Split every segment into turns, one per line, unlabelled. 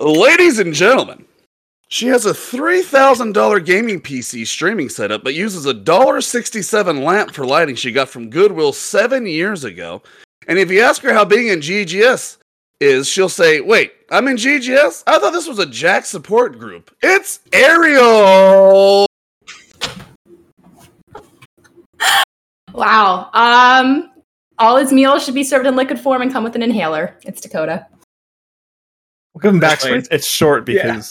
Ladies and gentlemen, she has a $3,000 gaming PC streaming setup, but uses a $1.67 lamp for lighting she got from Goodwill seven years ago. And if you ask her how being in GGS is, she'll say, Wait, I'm in GGS? I thought this was a Jack support group. It's Ariel!
Wow. Um, all his meals should be served in liquid form and come with an inhaler. It's Dakota.
We'll give him backstory.
Explain.
It's, it's short
Yeah.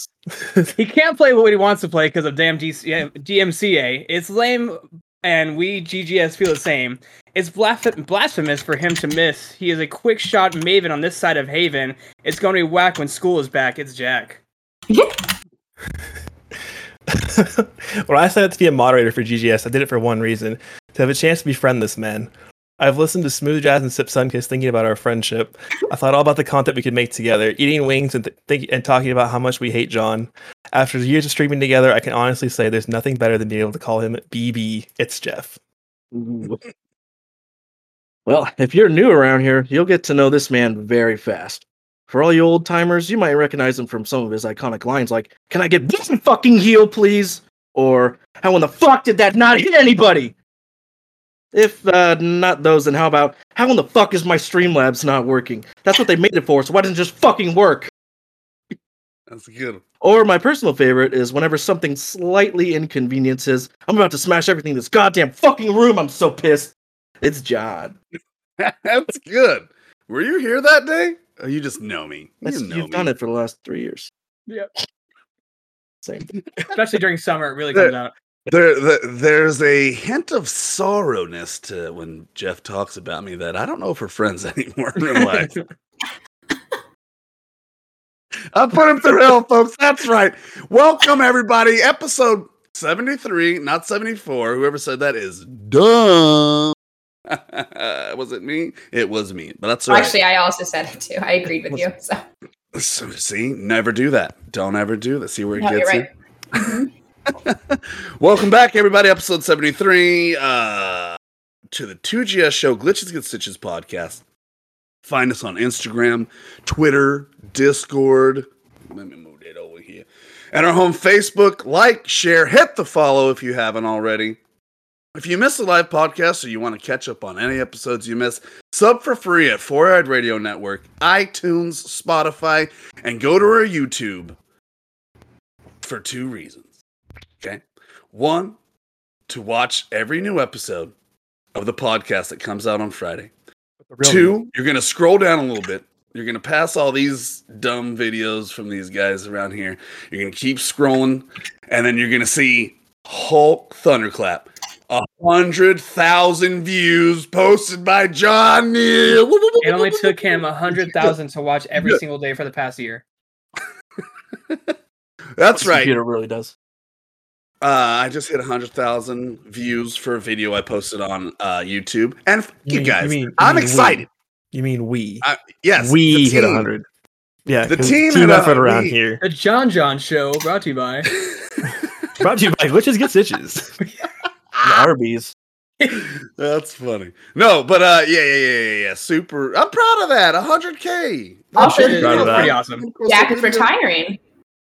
because
he can't play what he wants to play because of damn GC- GMCA. It's lame, and we GGS feel the same. It's blasf- blasphemous for him to miss. He is a quick shot maven on this side of Haven. It's going to be whack when school is back. It's Jack.
when I set up to be a moderator for GGS, I did it for one reason to have a chance to befriend this man. I've listened to Smooth Jazz and Sip Sunkiss thinking about our friendship. I thought all about the content we could make together, eating wings and, th- think- and talking about how much we hate John. After years of streaming together, I can honestly say there's nothing better than being able to call him BB. It's Jeff.
Ooh. Well, if you're new around here, you'll get to know this man very fast. For all you old timers, you might recognize him from some of his iconic lines like, Can I get one fucking heal, please? Or, How in the fuck did that not hit anybody? If uh, not those, then how about, How in the fuck is my Streamlabs not working? That's what they made it for, so why doesn't it just fucking work?
That's good.
Or my personal favorite is whenever something slightly inconveniences, I'm about to smash everything in this goddamn fucking room. I'm so pissed. It's John.
That's good. Were you here that day? Or you just know me.
That's,
You
you
know
have
me.
done it for the last three years.
Yep.
Same.
Especially during summer, it really comes out.
There, there, there's a hint of sorrowness to when Jeff talks about me that I don't know if we're friends anymore in real life. I put him through hell, folks. That's right. Welcome, everybody. Episode 73, not 74. Whoever said that is dumb. was it me? It was me, but that's all right.
Actually, I also said it too. I agreed with you. So
So, see, never do that. Don't ever do that. See where it
no,
gets
you're
you.
right.
Welcome back, everybody. Episode 73 uh, to the 2GS show, Glitches Get Stitches podcast. Find us on Instagram, Twitter, Discord. Let me move that over here. And our home Facebook, like, share, hit the follow if you haven't already. If you missed a live podcast or you want to catch up on any episodes you missed, sub for free at Four Eyed Radio Network, iTunes, Spotify, and go to our YouTube for two reasons. Okay. One, to watch every new episode of the podcast that comes out on Friday. Two, you're going to scroll down a little bit. You're going to pass all these dumb videos from these guys around here. You're going to keep scrolling, and then you're going to see Hulk Thunderclap. A hundred thousand views posted by John Neal.
It only took him a hundred thousand to watch every single day for the past year.
That's right.
Computer really does.
Uh, I just hit 100,000 views for a video I posted on uh, YouTube. And f- you,
mean-
guys,
mean- you
I'm
mean we.
excited.
You mean we?
I- Yes, the
we hit
team.
100. Yeah,
The
'cause
team
team
hit
effort around
100.
here.
The John John Show, brought to you by.
Brought to you by Glitches Get Stitches.
The Arby's.
That's funny. No, but uh, yeah, yeah, yeah, yeah, yeah. Super. I'm proud of that. 100K.
Also,
It's
proud of that.
pretty awesome.
Jack is retiring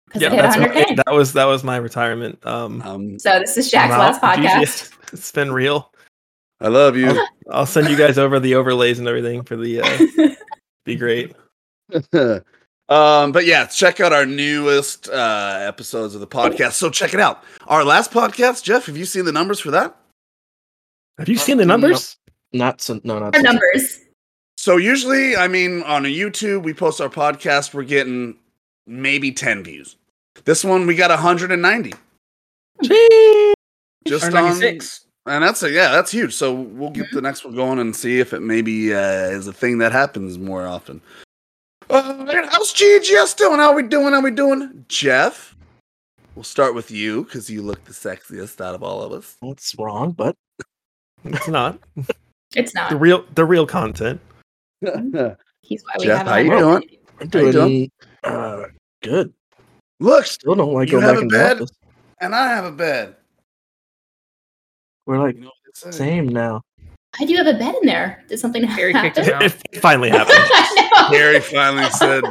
because it hit
That's
100k.
right. That was that was my retirement. Um,
Um,
So this is Jack's
Wow.
last podcast.
GGS. It's been real.
I love you.
I'll send you guys over the overlays and everything for the. Uh, be great.
um, but yeah, check out our newest uh, episodes of the podcast. So check it out. Our last podcast, Jeff, have you seen the numbers for that?
Have you seen
seen
the
the
numbers?
numbers? Not some. No, not
Our
some.
numbers.
So usually, I mean, on a YouTube, we post our podcast, we're getting maybe 10 views. This one, we got 190. Just
Or
on,
96.
And that's a, yeah, that's huge. So we'll get the next one going and see if it maybe uh, is a thing that happens more often. Uh, man, how's GGS doing? How we doing? How we doing? Jeff, we'll start with you because you look the sexiest out of all of us.
That's wrong, but
It's not
It's
the
not.
real the real content.
He's why we
Jeff,
have
how you
him on.
I'm
How you
doing
doing?
uh, good.
look,
Still don't like
You
going
have
back
a
in the
bed?
office.
and I have a bed.
We're like
You know what they say.
same now.
I do have a bed in there. Did something
Harry
happen?
kicked him out.
It finally happened.
I know.
Gary finally said,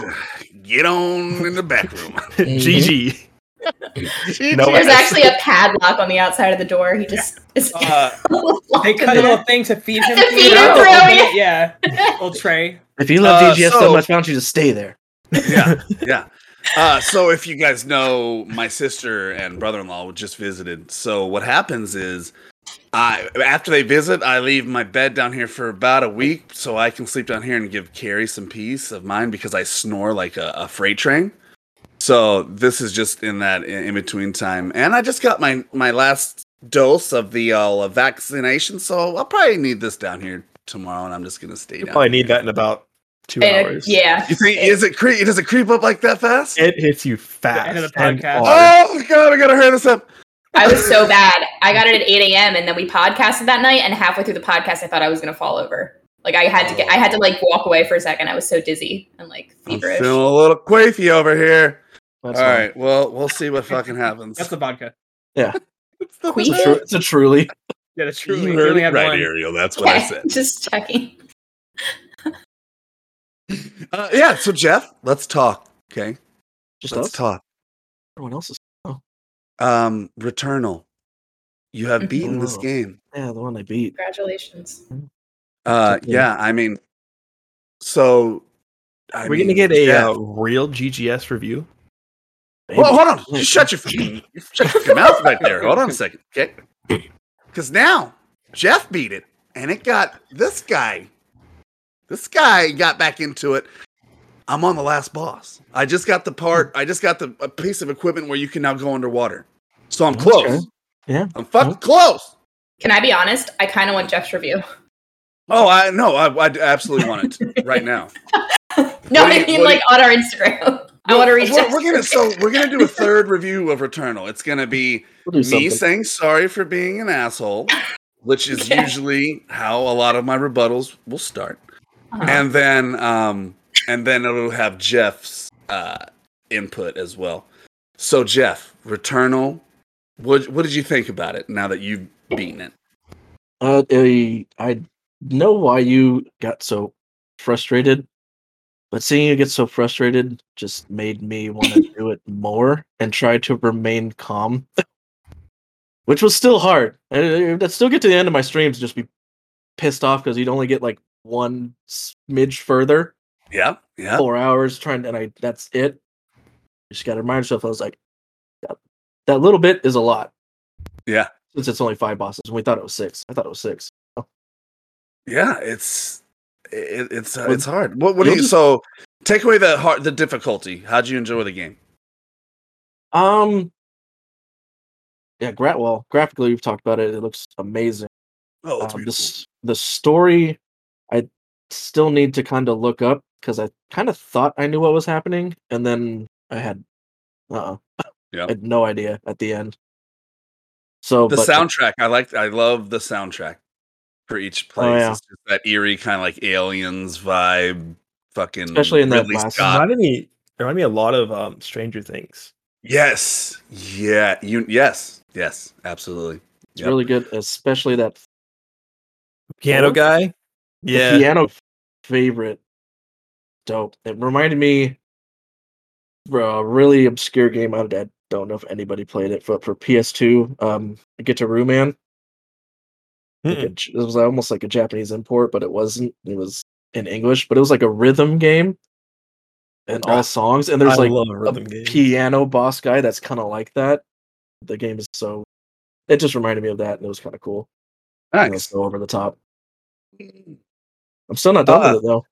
Get on in the back room.
GG. No,
There's
I-
actually a padlock on the outside of the door. He just is.
Uh, they cut a little thing to feed him.
To
through.
feed him through,
Yeah, yeah. little tray.
If you love
Uh,
DGS so,
so-
much, why don't you just stay there?
yeah, yeah. Uh, so if you guys know, my sister and brother-in-law just visited. So what happens is, I after they visit, I leave my bed down here for about a week so I can sleep down here and give Carrie some peace of mind because I snore like a, a freight train. So this is just in that in in between time, and I just got my my last dose of the uh, vaccination, so I'll probably need this down here tomorrow, and I'm just gonna stay
You
down.
probably need that in about two
and-
hours.
Uh, yeah.
You think is it cre- does it creep up like that fast?
It hits you fast.
end of the
and
podcast.
hard.
Oh god, I gotta hurry this up.
I was so bad. I got it at 8 a.m. and then we podcasted that night. And halfway through the podcast, I thought I was gonna fall over. Like I had to get, I had to like walk away for a second. I was so dizzy and like
I'm
feverish.
feeling a little quaffy over here.
That's
All
fine.
right, well, we'll see what fucking happens.
That's the vodka.
It's a,
Queef?
tru- it's a truly.
Yeah, that's
You
true. We
heard
only
it
have
right,
one.
Ariel. That's what I
Okay,
said.
just checking.
Uh, yeah. So Jeff, let's talk. Okay,
Just
let's
us.
talk.
Everyone else is.
Um, Returnal. You have
Mhm.
beaten this
Oh.
game.
Yeah, the one I beat.
Congratulations.
Uh,
Okay.
yeah. I mean, so I
We're
mean,
gonna get a
Jeff-
uh, real GGS review.
Well, hold on. Just shut your fucking shut your fucking mouth right there. Hold on a second, okay? Because now Jeff beat it, and it got this guy. This guy got back into it. I'm on the last boss. I just got the part. I just got the a piece of equipment where you can now go underwater. So I'm
Okay.
close.
Yeah.
I'm fucking close.
Can I be honest? I kind of want Jeff's review.
Oh, I no, I, I absolutely want it right now.
No,
What do
I
you-
mean
what do
like on our Instagram. I want to reach.
We're,
Jeff's
we're gonna
review.
so we're gonna do a third review of Returnal. It's gonna be
We'll do
me
something.
saying sorry for being an asshole, which is
Yeah.
usually how a lot of my rebuttals will start.
Uh-huh.
And then um and then it'll have Jeff's uh input as well. So Jeff, Returnal, what what did you think about it now that you've beaten it?
Uh, I, I know why you got so frustrated, but seeing you get so frustrated just made me want to do it more and try to remain calm, which was still hard. I- I'd still get to the end of my streams and just be pissed off because you'd only get like one smidge further,
Yeah, yeah.
four hours trying, and I that's it. Just got to remind yourself. I was like, that, that little bit is a lot.
Yeah.
Since it's only five bosses, and we thought it was six. I thought it was six.
Yeah, it's it, it's uh,
Well,
it's hard. What what do
you'll
you
just-
so take away the hard the difficulty. How'd you enjoy the game?
Um, yeah, gra- well, graphically we've talked about it. It looks amazing.
Oh,
Um, the s- the story, I still need to kind of look up because I kind of thought I knew what was happening, and then I had, uh,
Yep.
I had no idea at the end. So
the
but
soundtrack i like i love the soundtrack for each place
Oh, yeah.
it's just that eerie kind of like aliens vibe fucking
Especially in that
Ridley
last-
Scott.
Reminded me, reminded me a lot of um, Stranger Things.
yes yeah you yes yes absolutely
it's
yep.
really good, especially that
Piano
Four?
guy.
the piano favorite. Dope. It reminded me of a really obscure game. I I don't know if anybody played it, but for PS2, um, Guitaroo Man. Like a
Mm-mm.
J- it was almost like a Japanese import, but it wasn't. It was in English, but it was like a rhythm game, and
Ah,
all songs. And there's
I
like
love
a
rhythm games.
piano boss guy that's kind of like that. The game is so. It just reminded me of that, and it was kind of cool. And It was
nice
so over the top. I'm still not done
Ah.
with it though.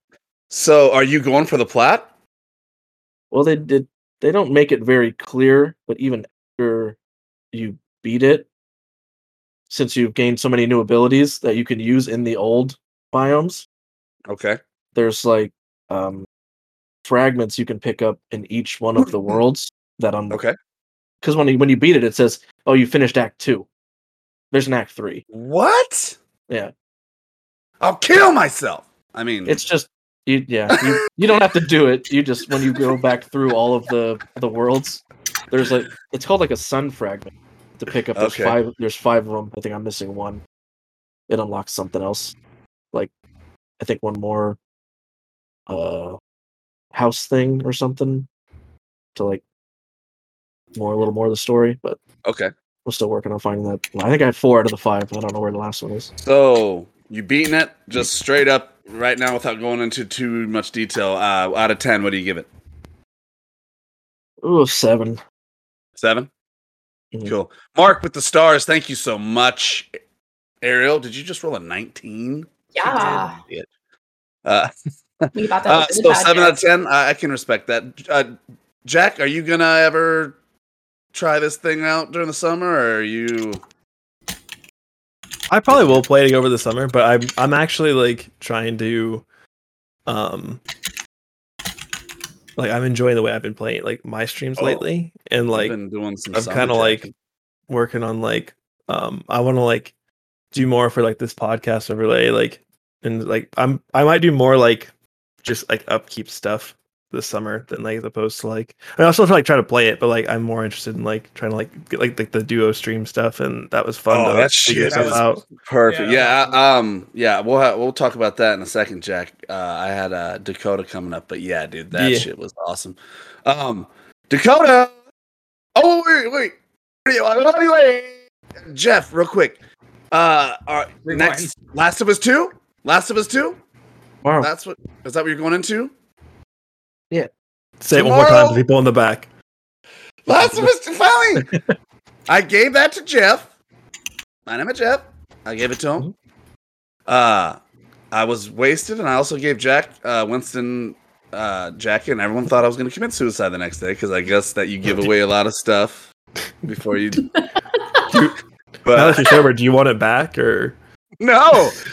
so are you going for the plat
Well, they did. They don't make it very clear, but even after you beat it, since you've gained so many new abilities that you can use in the old biomes,
okay
there's like um, fragments you can pick up in each one of the worlds that I'm
okay
because when you, when you beat it, it says, "Oh, you finished Act Two. There's an Act Three.
what
Yeah.
i'll kill myself i mean
It's just you, yeah, you, you don't have to do it. You just when you go back through all of the the worlds, there's like it's called like a sun fragment to pick up. There's
Okay.
five. There's five of them. I think I'm missing one. It unlocks something else. Like I think one more. Uh, house thing or something to like more a little more of the story, but
Okay.
we're still working on finding that. I think I have four out of the five, but I don't know where the last one is.
So you beating it just straight up right now without going into too much detail. Uh, out of ten, what do you give it?
Ooh, seven.
7
Mhm.
Cool. Mark with the stars. Thank you so much. Ariel, did you just roll a nineteen?
Yeah.
Uh,
We about to
uh,
open the
so seven out of
podcast.
ten. I, I can respect that. Uh, Jack, are you gonna ever try this thing out during the summer, or are you?
I probably will play it over the summer, but I'm I'm actually like trying to, um, like I'm enjoying the way I've been playing like my streams
Oh.
lately, and like
been doing some.
I'm
sound
kind of like
tracking?
working on like um I want to like do more for like this podcast overlay like and like I'm I might do more like just like upkeep stuff this summer than like as opposed to like I also like try to play it but like I'm more interested in like trying to like get like like the duo stream stuff and that was fun
Oh,
to
that
figure
shit
stuff
was-
out.
perfect.
Yeah.
Yeah. I- um. Yeah. We'll ha- we'll talk about that in a second, Jack. Uh, I had uh, Dakota coming up, but yeah, dude, that
Yeah.
shit was awesome. Um, Dakota. Oh wait, wait. Where are you? Where are you? Wait. Jeff, real quick. Uh, our
Rewind.
next Last of Us Two. Last of Us Two.
Wow.
That's what is that what you're going into?
Say it one more time to
Tomorrow-
people in the back.
Last of Us Two, finally. I gave that to Jeff. My name is Jeff. I gave it to him. Uh I was wasted, and I also gave Jack uh, Winston uh, Jack, and everyone thought I was going to commit suicide the next day because I guess that you give away a lot of stuff before you.
now
but
that you're sober, do you want it back or
no,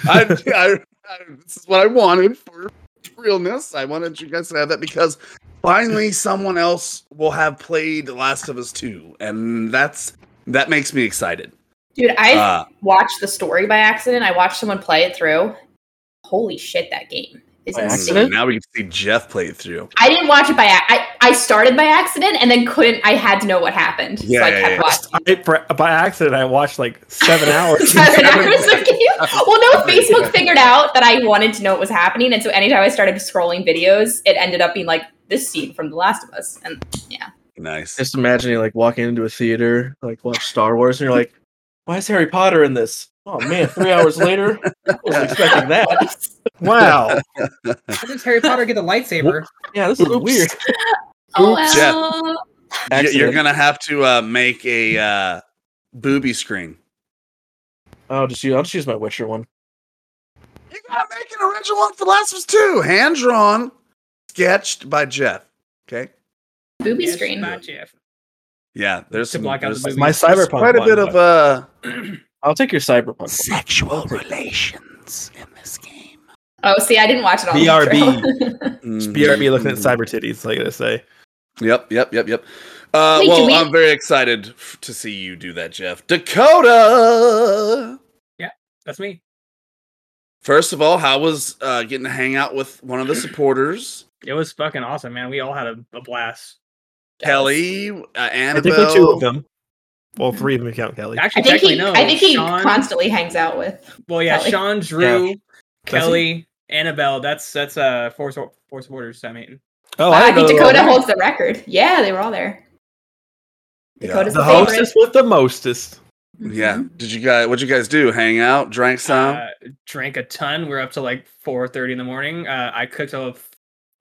I, I, I this is what I wanted for realness. I wanted you guys to have that because finally someone else will have played Last of Us Two, and that's that makes me excited.
Dude, I
Uh,
watched the story by accident. I watched someone play it through. Holy shit, that game is
By
insane.
accident?
Now we can see Jeff play it through.
I didn't watch it by ac- I I started by accident and then couldn't. I had to know what happened,
Yeah,
so I
yeah,
kept
yeah.
watching.
I, for- by accident I watched like seven hours.
Seven hours of game. Well, no, Facebook figured out that I wanted to know what was happening, and so anytime I started scrolling videos, it ended up being like this scene from The Last of Us, and
Nice.
Just imagining like walking into a theater, like watch Star Wars, and you're like, "Why is Harry Potter in this?" Oh man, three hours later, I wasn't expecting that.
wow.
How does Harry Potter get a lightsaber?
Yeah, this is
Oops.
weird.
oh
Oops.
well.
Y- You're
Accident.
gonna have to uh, make a uh, booby screen.
I'll just use, I'll just use my Witcher one.
You gotta make an original one for Last of Us Two, hand drawn, sketched by Jeff. Okay.
Booby
Yes,
screen.
not Jeff.
Yeah, there's
To
some,
block out
there's
the
some-
My
There's
cyberpunk
quite a
one,
bit of
but-
uh,
I'll take your Cyberpunk.
sexual relations in this game.
Oh, see, I didn't watch it all.
BRB.
It's
Just BRB looking at cyber titties, like I say.
Mm-hmm. Yep, yep, yep, yep. Uh,
Wait, do
well,
we-
I'm very excited f- to see you do that, Jeff. Dakota.
That's me.
First of all, how was uh, getting to hang out with one of the supporters,
It was fucking awesome, man. We all had a, a blast.
Kelly, uh,
I think the two of
Annabelle?
them. Well, three of them if you count Kelly.
I
Actually,
think
technically
he.
no.
I think he
Sean,
constantly hangs out with.
well, yeah,
Kelly.
Sean, Drew,
Does
Kelly, Annabelle. That's that's uh four so- four supporters. I mean,
Oh,
Wow, I, think
didn't know they were
Dakota
all
holds the record. Yeah, they were all there.
Yeah.
Dakota's
there. The
the, favorite.
hostess with the mostest.
Yeah.
Mm-hmm.
Did you guys? What'd you guys do? Hang out, drank some.
uh, drank a ton. We're up to like four thirty in the morning. Uh, I cooked a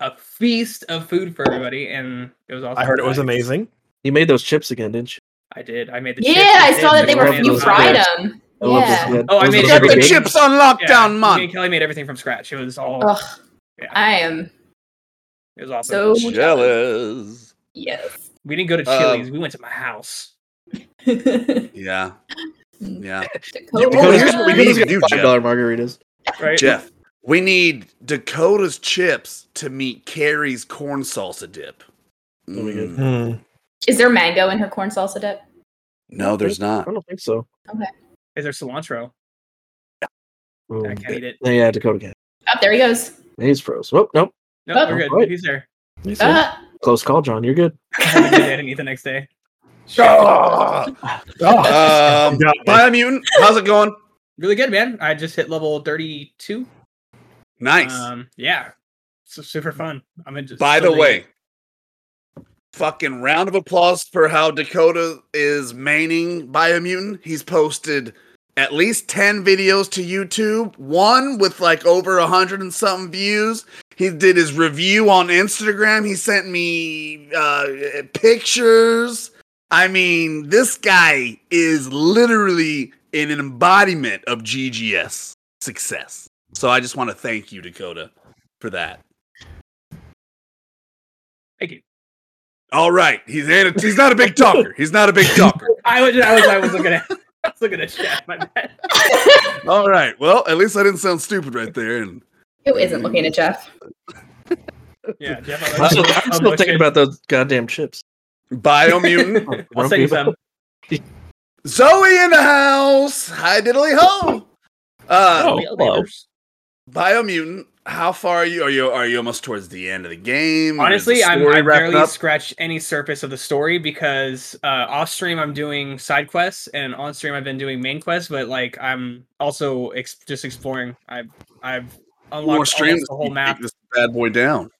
a feast of food for everybody, and it was awesome.
I heard it was
I-
amazing.
You made those chips again, didn't you?
I did. I made the.
Yeah,
chips.
I saw
did
that they
make
were.
the
You
potatoes.
fried them.
I love those-
Yeah.
yeah,
Oh, I
those
made
are
Jack
Get
pretty
the
big.
chips on
Yeah,
lockdown,
Me and
month.
Kelly made everything from scratch. It was all.
Ugh,
Yeah.
I am
It was awesome.
so jealous.
Jealous.
Yes.
we didn't go to
Um,
Chili's. we went to my house.
Dakota.
Yeah. Yeah.
Oh, here's what we
Dakota.
need to
You,
do: five dollar margaritas.
Right.
Jeff, we need Dakota's chips to meet Carrie's corn salsa dip.
That'll be good.
Mm.
Hmm.
Is there mango in her corn salsa dip?
No, there's
I
not.
don't think so.
Is there cilantro? I can't eat it.
Yeah, Dakota can.
Oh, there he goes.
He's froze. Oh nope.
No,
Oh,
we're good.
right.
He's there.
You see?
Ah.
Uh,
Close call, John. You're good.
I had a good day to eat the next day.
Um,
Got me.
Biomutant, how's it going?
Really good, man. I just hit level thirty-two.
Nice.
Um, yeah. So super fun. I'm in just
By the way, fucking round of applause for how Dakota is maining Biomutant. He's posted at least 10 videos to YouTube, one with like over 100 and something views. He did his review on Instagram. He sent me uh, pictures. I mean, this guy is literally an embodiment of GGS success. So I just want to thank you, Dakota, for that.
Thank you.
All right, he's an- he's not a big talker. He's not a big talker.
I was I was I was looking at I was looking at chat. My bad.
All right, well, at least I didn't sound stupid right there. And
Who isn't looking at Jeff?
Yeah, Jeff.
I'm still, I'm
oh,
still thinking about those goddamn chips.
biomutant,
I'll send you some.
Zoe in the house. Hi, diddly ho. Uh,
Oh, hello.
biomutant. How far are you? Are you are you almost towards the end of the game? Or Hmm, is the
Honestly, I'm,
story
I
wrapping
barely
up?
scratch any surface of the story because uh, off stream I'm doing side quests and on stream I've been doing main quests. But like I'm also ex- just exploring. I've I've
more
unlocked
streams.
almost the whole
you take
map.
This bad boy down.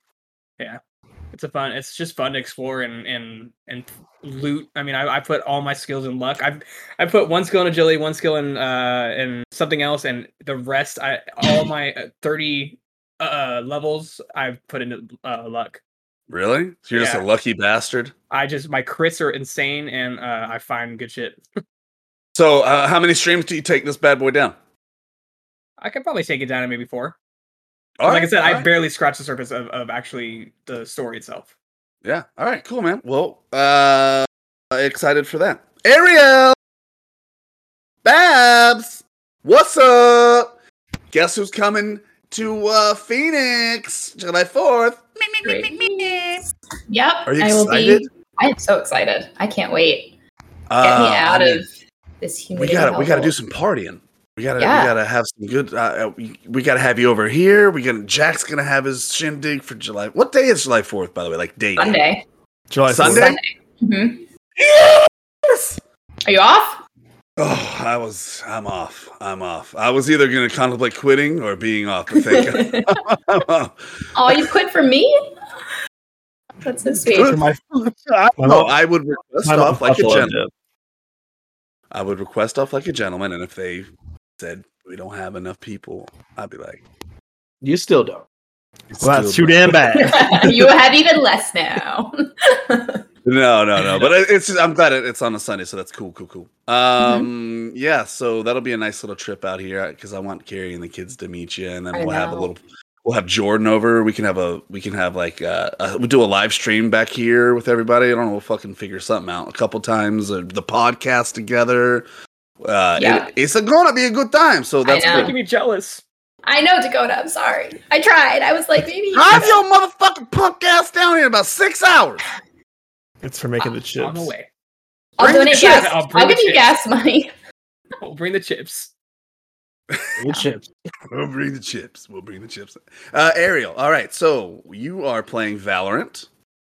It's a fun. It's just fun to explore and and and loot. I mean, I, I put all my skills in luck. I I put one skill in agility, one skill in uh in something else, and the rest I all my uh, thirty uh levels I've put into uh, luck.
Really? So you're just
Yeah.
a lucky bastard.
I just my crits are insane, and uh, I find good shit.
So uh, how many streams do you take this bad boy down?
I could probably take it down to maybe four.
All
like I
right,
said,
all
I
right.
barely scratched the surface of, of actually the story itself.
Yeah. All right. Cool, man. Well, uh, excited for that. Ariel, Babs, what's up? Guess who's coming to uh, Phoenix July fourth?
Yep.
Are you
I will
excited?
be. I am so excited. I can't wait.
Uh,
Get me out
I mean,
of this
We
humidity.
gotta. We gotta do
hellhole.
some partying. We gotta.
Yeah.
We gotta have some good. Uh, uh, we, we gotta have you over here. We gonna. Jack's gonna have his shindig for July. What day is July fourth? By the way, like date.
Sunday.
July
Sunday?
hmm
Yes!
Are you off?
Oh, I was. I'm off. I'm off. I was either going to contemplate quitting or being off. But thank God, I'm off.
oh, you quit for me? That's so sweet.
4th. My,
I,
My
no,
mom-
I would request
my
off like a
buffalo
gentleman.
dip.
I would request off like a gentleman, and if they said we don't have enough people, I'd be like,
You still don't.
"It's
Well, that's too
still-
damn bad.
you have even less now.
No, no, no. But it- it's. Just, I'm glad it, it's on a Sunday, so that's cool, cool, cool.
Mm-hmm.
Um, yeah. So that'll be a nice little trip out here because I want Carrie and the kids to meet you, and then
I
we'll have a
know.
little. We'll have Jordan over. We can have a. We can have like. Uh, uh we'll do a live stream back here with everybody. I don't know. We'll fucking figure something out a couple times. Or the podcast together. Uh,
Yeah.
it, it's a, gonna be a good time. So that's
know.
good.
Making me jealous.
I know, Dakota. I'm sorry. I tried. I was like, maybe.
Drive your motherfucking punk ass down here in about six hours.
It's for making the chips.
On the way,
I'll
Bring the
donate
chips.
gas.
I'll
I'll,
bring the
give you
chips.
gas money.
we'll bring the chips.
Good chips.
We'll bring the chips. We'll bring the chips. Uh, Ariel, all right. So you are playing Valorant.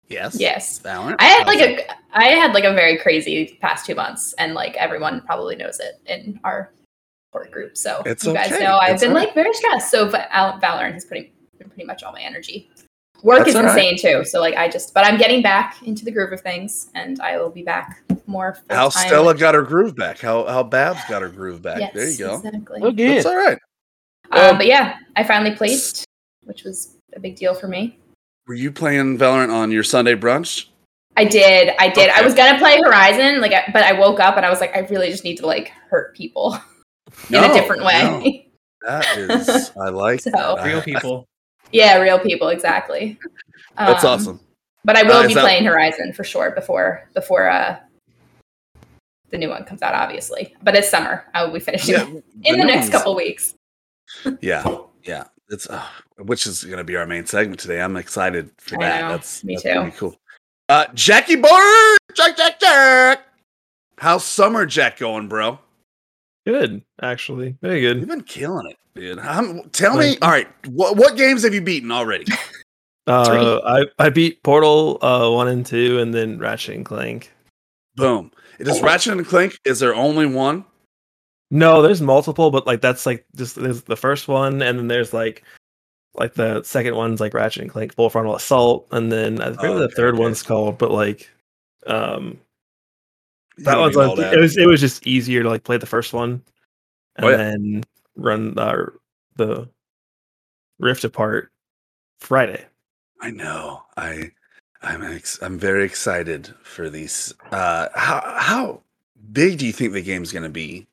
Yes.
Yes.
Valorant.
I
How's
had like a I had like a very crazy past two months, and like everyone probably knows it in our support group. So
It's
you guys
okay.
know I've
It's
been
all
like very stressed. So Va- Al- Valorant has pretty been pretty much all my energy. Work
That's
is
all right.
insane too. So like I just, but I'm getting back into the groove of things, and I will be back more.
that? how
full-time.
Stella got her groove back? How how Babs got her groove back?
Yes,
there you go.
Exactly.
That's all right. Oh.
Um, but yeah, I finally placed, which was a big deal for me.
Were you playing Valorant on your Sunday brunch?
I did. I did. I
Okay.
was gonna play Horizon, like, I- but I woke up and I was like, I really just need to like hurt people in a
No,
different
no.
way.
that is. I like.
So-
that.
Real
I-
people.
yeah, real people, exactly.
That's
Um,
awesome.
But I will
Uh,
be
is that-
playing Horizon for sure before before uh the new one comes out, obviously. But it's summer. I will be finishing
Yeah.
it in the
new
next
one's-
couple weeks.
Yeah. Yeah. It's uh, which is going to be our main segment today. I'm excited for
I
that.
know.
That's
Me
that's gonna
too.
be cool. Uh, Jackie Bird, Jack, Jack, Jack. How's summer Jack going, bro?
Good, actually, very
You've
good.
been killing it, dude. How- tell me, all right, what what games have you beaten already?
Uh, I I beat Portal uh, one and two, and then Ratchet and Clank.
Boom. It
Oh.
is Ratchet and Clank. Is there only one?
No, there's multiple, but like that's like just there's the first one, and then there's like Like the second one's like Ratchet and Clank Full Frontal Assault, and then I think the
Oh, okay,
third
okay.
one's called, but like, um,
You
that
don't
one's
need all
like,
that.
it was it was just easier to like play the first one, and
Oh, yeah.
then run the the rift apart Friday.
I know. I I'm ex- I'm very excited for these. Uh, how how big do you think the game's going to be?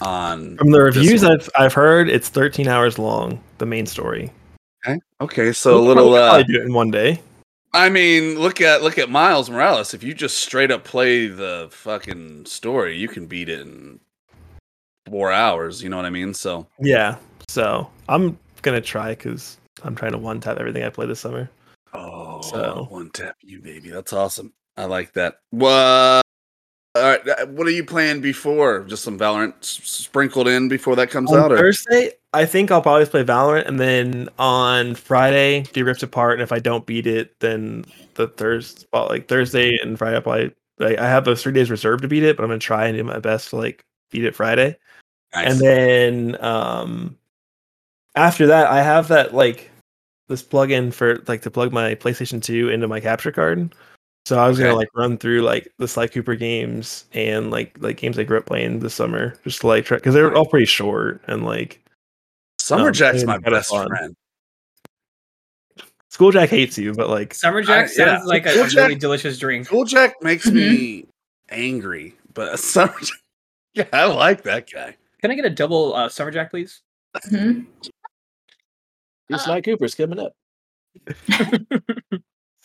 On
From the
this
reviews
one?
I've I've heard, it's 13 hours long. The main story.
okay, so a
We'll
little.
probably-
Uh,
probably do it in one day.
I mean, look at look at Miles Morales. If you just straight up play the fucking story, you can beat it in four hours. You know what I mean? So
Yeah. So I'm gonna try because I'm trying to one tap everything I play this summer.
Oh,
So-
one tap you baby. That's awesome. I like that. What? All right. uh, What are you playing before? Just some Valorant s- sprinkled in before that comes
on
out, or
Thursday, I think I'll probably play Valorant, and then on Friday do Rift Apart. And if I don't beat it, then the Thursday, well, like Thursday and Friday, I'll probably like I have those three days reserved to beat it, but I'm gonna try and do my best to like beat it Friday. And then um after that, I have that like this plug-in for like to plug my PlayStation 2 into my capture card. So I was gonna
Okay.
like run through like the Sly Cooper games and like like games I grew up playing this summer, just to, like try because they're all pretty short and like
Summerjack's
um,
my
kinda
best
fun.
friend.
School Jack hates you, but like
Summer Jack
I-
sounds
yeah.
like a,
Cool
a really
Jack.
delicious drink.
Cooljack makes
Mm-hmm.
me angry, but Summerjack, yeah, I like that guy.
Can I get a double uh, Summer Jack, please?
Mhm.
It's Sly Cooper's coming up.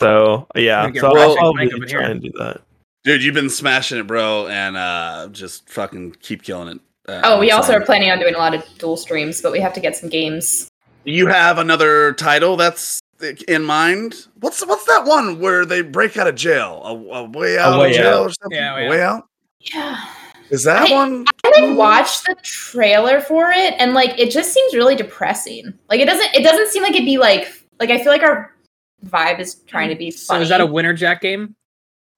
so yeah.
Gonna get
So
Ratchet
I'll, I'll
Clank
really
over here.
try and do that.
Dude, you've been smashing it, bro, and uh just fucking keep killing it. Uh,
Oh, we
I'm
also
sorry.
are planning on doing a lot of dual streams, but we have to get some games.
Do you have another title that's in mind? What's what's that one where they break out of jail? A, a way out
Way
of jail
Out.
or something?
Yeah, Way
a way out.
Yeah.
Is that
I-
one?
I like watched the trailer for it and like it just seems really depressing. Like it doesn't it doesn't seem like it'd be like like I feel like our vibe is trying to be
So
funny.
is that a Winter Jack game?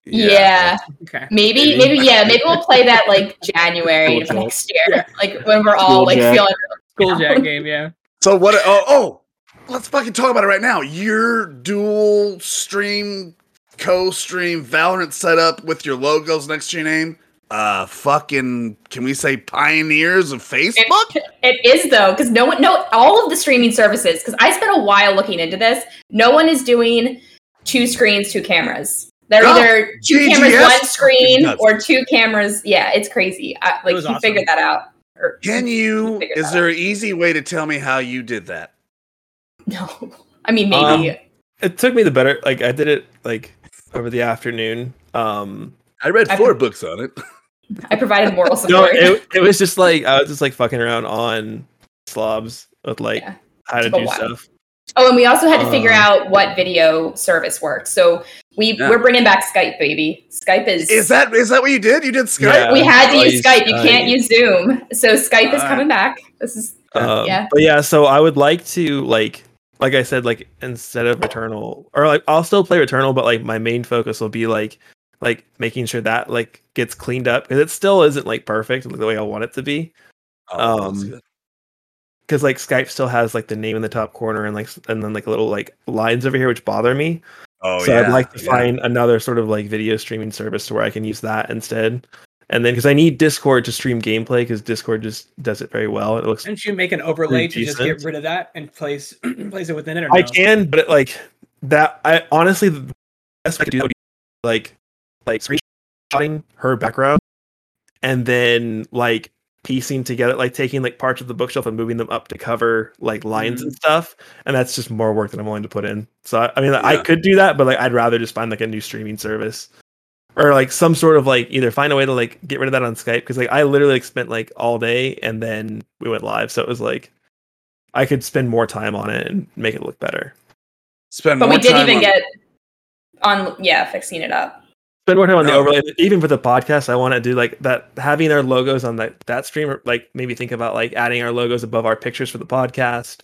yeah.
Okay.
Maybe,
Maybe.
maybe, yeah, maybe we'll play that like January of
Cool, Jack.
next year, like when we're all
Cool,
like
Jack.
feeling.
School Jack game, yeah.
So what? Oh, oh, let's fucking talk about it right now. Your dual stream, co-stream Valorant setup with your logos next to your name. Uh, fucking, can we say pioneers of Facebook?
It, it is though, because no one, no, all of the streaming services. Because I spent a while looking into this. No one is doing two screens, two cameras. They're
No.
either two cameras,
GGS?
one screen,
Nuts.
or two cameras. Yeah, it's crazy. I, like
was
he
awesome.
figured that out. Or,
Can you?
Figure
Is
that
there an easy way to tell me how you did that?
No, I mean maybe.
Um, It took me the better like I did it like over the afternoon. Um
I read
I-
four books on it.
I provided moral
No,
support.
it, it was just like I was just like fucking around on slobs with like
Yeah.
how to
Took a
do
while.
stuff.
Oh, and we also had to figure
Uh,
out what video service works. So we
Yeah.
we're bringing back Skype, baby. Skype is.
Is that is that what you did? You did Skype?
Yeah.
we had to
Oh,
use
you-
Skype. You
uh,
can't
you-
use Zoom. So Skype
Alright.
is coming back. This is
Um,
Yeah.
But yeah, so I would like to like like I said like instead of Returnal or like I'll still play Returnal, but like my main focus will be like like making sure that like gets cleaned up because it still isn't like perfect the way I want it to be.
Oh, that's
Um,
good.
because like Skype still has like the name in the top corner and like s- and then like little like lines over here which bother me.
oh
so I'd like to
yeah.
find another sort of like video streaming service to where I can use that instead. And then because I need Discord to stream gameplay because Discord just does it very well. It looks
Didn't you make an overlay to just
decent.
get rid of that and place place it within it? Or
I
no?
can, but it, like that. I honestly the best I could do would be like like screenshotting her background and then like piecing together like taking like parts of the bookshelf and moving them up to cover like lines and stuff and that's just more work than i'm willing to put in so i, I mean i
Yeah.
could do that but like i'd rather just find like a new streaming service or like some sort of like either find a way to like get rid of that on skype because like i literally like, spent like all day and then we went live so it was like i could spend more time on it and make it look better
spend
but we
more
did
time
even
on-
get on yeah fixing it up
spend more time on the
Oh.
overlay. Even for the podcast, I want to do like that. Having our logos on that that stream, or, like maybe think about like adding our logos above our pictures for the podcast.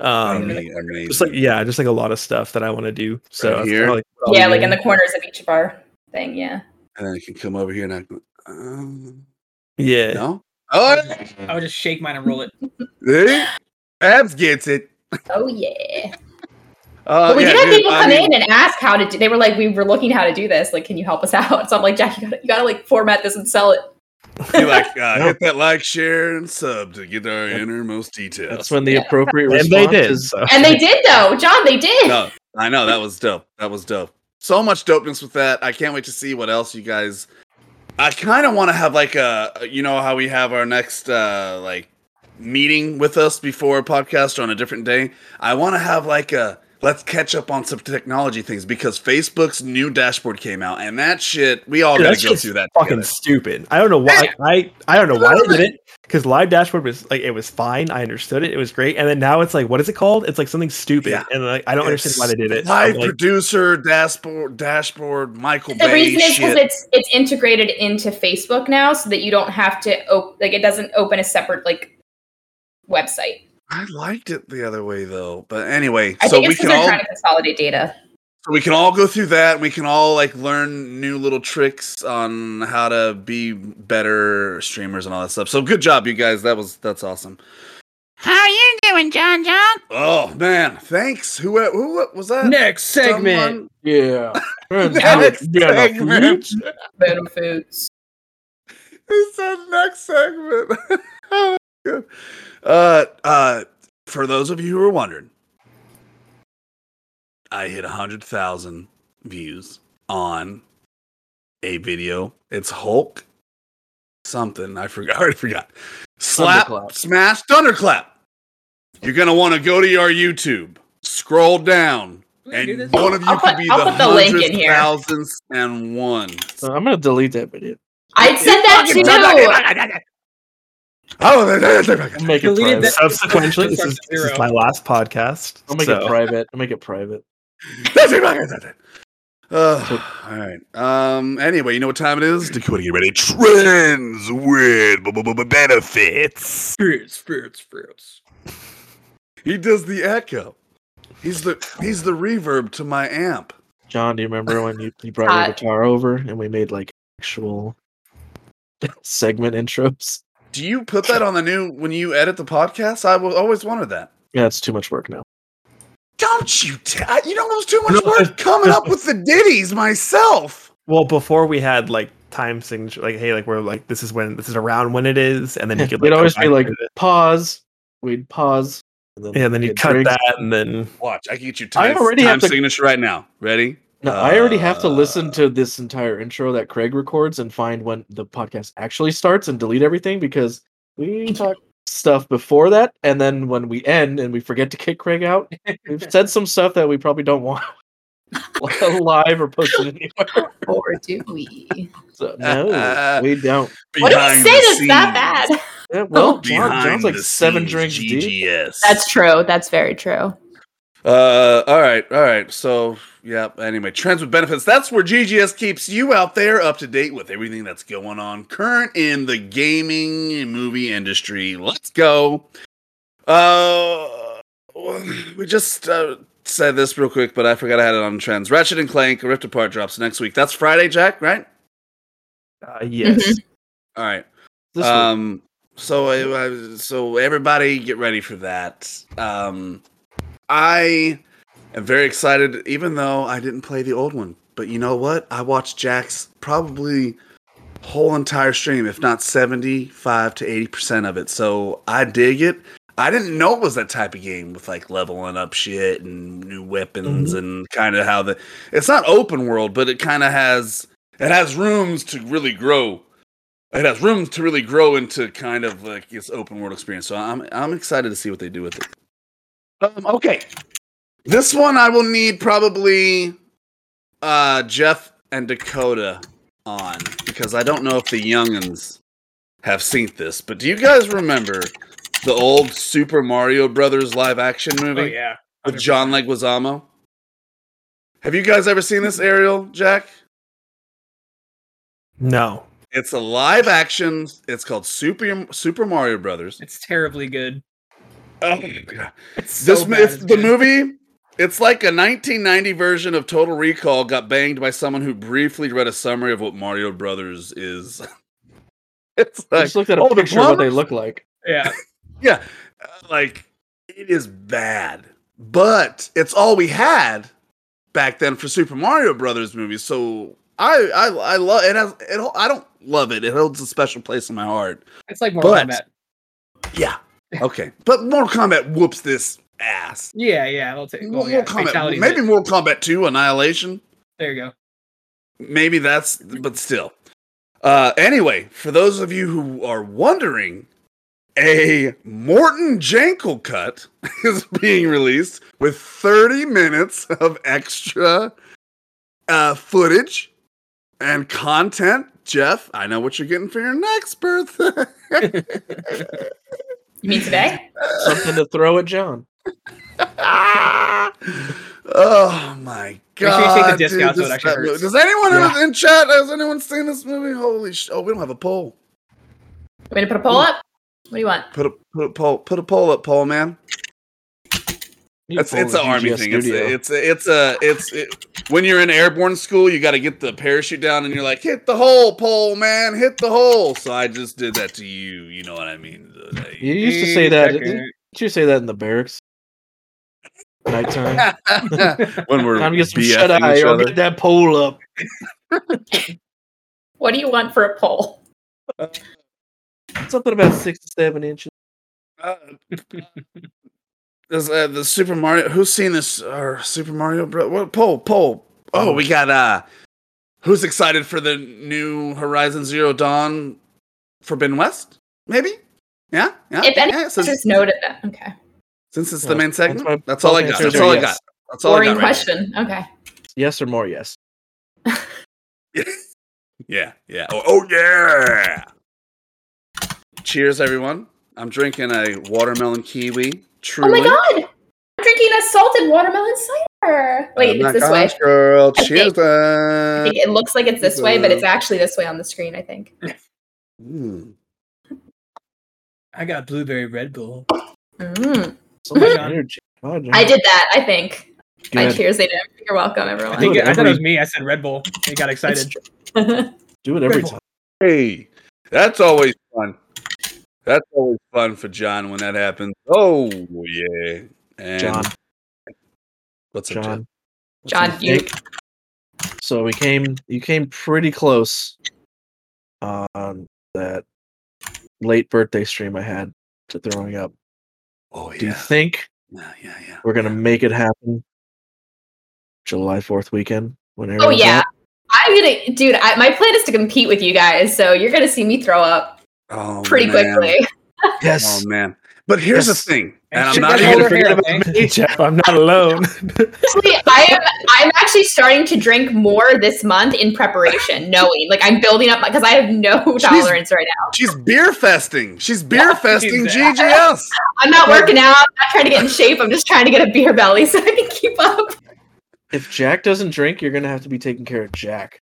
I'm
Um,
gonna- I'm gonna-
just like yeah, just like a lot of stuff that I want to do. So
Right
I've
here?
kinda, like, oh,
yeah like in the corners of each of our thing yeah
and then I can come over here and I go, um,
yeah.
no. Oh,
I would just shake mine and roll it.
eh? Abs gets it.
Oh yeah.
Uh,
but we
yeah,
did have
dude,
people
I
come
mean,
in and ask how to do. They were like, we were looking how to do this. Like, can you help us out? So I'm like, Jack, you gotta, you gotta like format this and sell it.
be like, uh, hit that like, share, and sub to get our innermost details.
That's when the
Yeah.
appropriate
And
response
they did.
is
uh,
So.
And they did though, John. They did.
no, I know that was dope. That was dope. So much dopeness with that. I can't wait to see what else you guys. I kind of want to have like a, you know, how we have our next uh like meeting with us before a podcast on a different day. I want to have like a let's catch up on some technology things because Facebook's new dashboard came out and that shit. We all
Dude,
got
that
to go
shit's
through that.
fucking
together.
stupid. I don't know why I I don't know why I did it because live dashboard was like it was fine. I understood it. It was great. And then now it's like what is it called? It's like something stupid.
Yeah.
And like I don't understand why they did it.
Live
I'm like,
producer dashboard dashboard Michael
The
Bay
reason is because
shit.
it's it's integrated into Facebook now, so that you don't have to op- like it doesn't open a separate like website.
I liked it the other way though. But anyway,
I
so
think
we
it's
can
because they're
all
trying to consolidate data.
so we can all go through that. We can all like learn new little tricks on how to be better streamers and all that stuff. So good job, you guys. That was that's awesome.
How you doing, John John?
Oh man, thanks. Who who was that?
Next segment.
Someone-
yeah.
Next segment.
Benefits.
He said next segment. Oh, my God. uh, uh, for those of you who are wondering, I hit 100,000 views on a video. It's Hulk something. I forgot. I already forgot. Slap,
Thunderclap.
smash, thunderclap. You're going to want to go to your YouTube, scroll down,
Can we do
and
this?
one of you
I'll
could
put-
be
I'll
the
put the link in
hundredth,
here.
thousandth, and one.
So Uh, I'm gonna delete that video.
I said that
fucking-
too.
Oh,
I'll make it
Deleted
private.
that-
subsequently, this is, this is my last podcast.
Oh
I'll make
so.
it private. I'll make it private.
Uh, all right. Um. Anyway, you know what time it is? Dakota, get ready. Trends with b- b- b- benefits.
Spirits, spirits, spirits.
He does the echo. He's the he's the reverb to my amp.
John, do you remember when you, you brought your
Hot.
guitar over and we made like actual segment intros?
Do you put that on the new when you edit the podcast? I will always wanted that.
Yeah, it's too much work now.
Don't you? T- I- you know it was too much
No,
work
there's-
coming
there's-
up with the ditties myself.
Well, before we had like time signature, like hey, like we're like this is when this is around when it is, and then you could like,
We'd
go
always be
back
like
to it.
pause. We'd pause. And then
yeah, and then you
get
cut
drinks.
that, and then
Watch, I can get you
I
time,
already
time
have to-
signature right now. Ready?
No, I already have to
Uh,
listen to this entire intro that Craig records and find when the podcast actually starts and delete everything because we talk stuff before that and then when we end and we forget to kick Craig out, we've said some stuff that we probably don't want like live or posted anywhere.
Or do we?
So no, we don't.
What do we say
Behind the
that's that
scenes.
bad?
Yeah, well, John,
Behind
John's like
the
seven
scenes,
drinks deep.
GGS.
That's true. That's very true.
Uh, all right, all right. So, yeah. Anyway, trends with benefits. That's where GGS keeps you out there up to date with everything that's going on current in the gaming and movie industry. Let's go. Uh, we just uh, said this real quick, but I forgot I had it on trends. Ratchet and Clank Rift Apart drops next week. That's Friday, Jack. Right.
uh, yes,
All right.
This week.
um so I, I, so everybody get ready for that um i am very excited even though i didn't play the old one but you know what i watched jack's probably whole entire stream if not 75 to 80 percent of it so i dig it i didn't know it was that type of game with like leveling up shit and new weapons and kind of how the it's not open world but it kind of has it has rooms to really grow it has room to really grow into kind of like its open world experience. So I'm I'm excited to see what they do with it. Um, okay, this one I will need probably uh, Jeff and Dakota on because I don't know if the youngins have seen this, but do you guys remember the old Super Mario Brothers live action movie
Oh yeah.
with John Leguizamo? Have you guys ever seen this, Ariel, Jack?
no,
It's a live action. It's called Super Super Mario Brothers.
It's terribly good.
Oh,
It's so
this mo-
bad,
it's
it's
the
good.
movie. It's like a 1990 version of Total Recall got banged by someone who briefly read a summary of what Mario Brothers is. it's
I
like
just looked at a
oh, the
picture of what they
plumbers?
look like.
Yeah.
uh, like It is bad, but it's all we had back then for Super Mario Brothers movies. So I I, I love it. Has, it hol- I don't love it. It holds a special place in my heart.
It's like Mortal
But-
Kombat.
Yeah. Okay. but Mortal Kombat whoops this ass.
Yeah, yeah, I'll take. Well,
Mortal
Oh, yeah,
Kombat,
fatalities
maybe
it.
Mortal Kombat 2 Annihilation.
There you go.
maybe that's but still uh anyway for those of you who are wondering a morton jankel cut is being released with 30 minutes of extra uh footage and content jeff i know what you're getting for your next birthday
You mean today?
Something to throw at John.
oh my
sure you
god!
take the disc out so it
this-
actually
that movie-
hurts.
Does anyone
Yeah.
in, in chat? Has anyone seen this movie? Holy sh! Oh, we don't have a poll.
You want me to put a poll up? What do you want?
Put a put a poll. Put a poll up, poll man.
You
It's
pull
it's
the
an army
GGS
thing. It's
studio.
a, it's a, it's a it's it, when you're in airborne school, you got to get the parachute down, and you're like, hit the hole, pole man, hit the hole. So I just did that to you. You know what I mean?
you used to say that.
Exactly.
Didn't you say that in the barracks? Nighttime.
when we're
Time to get some
BFing
shut eye
each
or
other.
get that pole up.
What do you want for a poll?
Something about six to seven inches.
Uh, Does uh, the Super Mario? Who's seen this? Or Super Mario? Bro- what poll? Poll. Oh, we got uh, who's excited for the new Horizon Zero Dawn for Ben West? Maybe. Yeah, yeah.
If any
Uh, yeah. Since,
just noted that. Okay.
since it's the
Well,
main segment,
that's
that's,
my-
all I
both
got.
answers
That's
are
all I
yes.
got. That's all I
Boring
got. Right
question. Okay.
Yes or more? Yes.
now. yeah, yeah. Oh, oh yeah. Cheers, everyone. I'm drinking a watermelon kiwi.
Oh
Truly.
my god! I'm drinking a salted watermelon cider. Wait,
Oh my
it's this way.
gosh, girl.
I
Cheers.
think- I think it looks like it's this way, but it's actually this way on the screen. I think.
Mm.
I got blueberry Red Bull.
Mm.
So much
Mhm.
energy. Oh, John.
I did that. I think. I
Good.
cheers. They did. You're welcome, everyone.
I think
Dude,
I thought it was
every-
me. I said Red Bull. He got excited.
Do it every
Red Bull.
time.
Hey, that's always fun. That's always fun for John when that happens. Oh yeah, and
John.
what's up,
John.
What's
John,
up?
you.
So we came. You came pretty close on that late birthday stream I had to throwing up.
Oh
Do you
yeah,
think
yeah, yeah, yeah.
we're gonna make it happen? July Fourth weekend. When
Oh
everyone's
yeah.
out?
I'm gonna, dude. I, my plan is to compete with you guys, so you're gonna see me throw up
Oh,
pretty
man.
quickly.
Oh
Yes.
man, but here's
Yes.
the thing,
And
and I'm
she
not here
doesn't hold
to
her
forget
hair,
about.
okay?
Jeff, I'm not alone.
Actually, I am. I'm actually starting to drink more this month in preparation, knowing like I'm building up because I have no tolerance right now.
She's beer festing. She's beer festing
she's-
GGS.
I'm not working out. I'm not trying to get in shape. I'm just trying to get a beer belly so I can keep up.
If Jack doesn't drink, you're gonna have to be taking care of Jack.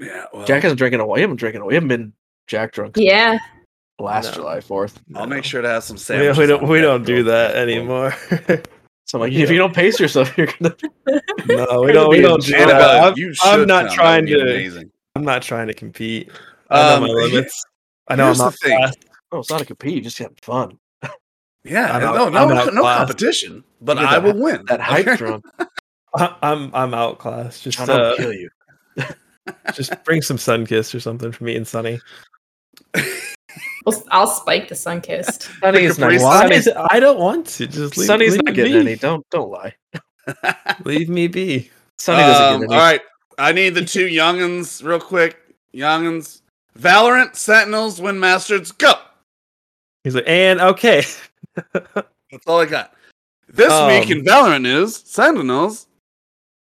Yeah, well,
Jack hasn't drank in a while. We haven't drank in a while. We haven't been Jack drunk since
Yeah.
last
No.
July Fourth.
I'll make sure to have some
we,
sandwiches.
we don't
on
we
deck,
don't do
girl.
that anymore.
So I'm like, if you don't pace yourself, you're gonna.
no,
You're
we
gonna
don't we
be a
don't do
Annabelle,
that. I'm,
you
I'm
should come.
not
That would
trying
be
to-
Amazing.
I'm not trying to compete. I know
Um,
my limits. I know I'm
here's the
not
thing.
fast.
Oh, it's not a compete. You just have fun.
yeah,
I'm
no,
out-
no,
I'm
no, no
outclassed.
competition, but
Look at
I
that-
will win.
That hype
Okay?
drum.
I- uh, I'm I'm outclassed. Just
John, I'll
uh,
kill you.
just bring some sun kiss or something for me and Sunny.
Well, I'll spike the sun kissed.
Sunny is
Capri
not.
Sun?
Sunny's,
I don't want to. Just leave,
Sunny's
leave
not
me
getting
be.
any. Don't don't lie.
Leave me be.
Sunny doesn't
Um,
get any.
All right, I need the two youngins real quick. Youngins, Valorant, Sentinels, Windmasters, go.
He's like, and okay.
That's all I got. This
Um,
week in Valorant news, Sentinels,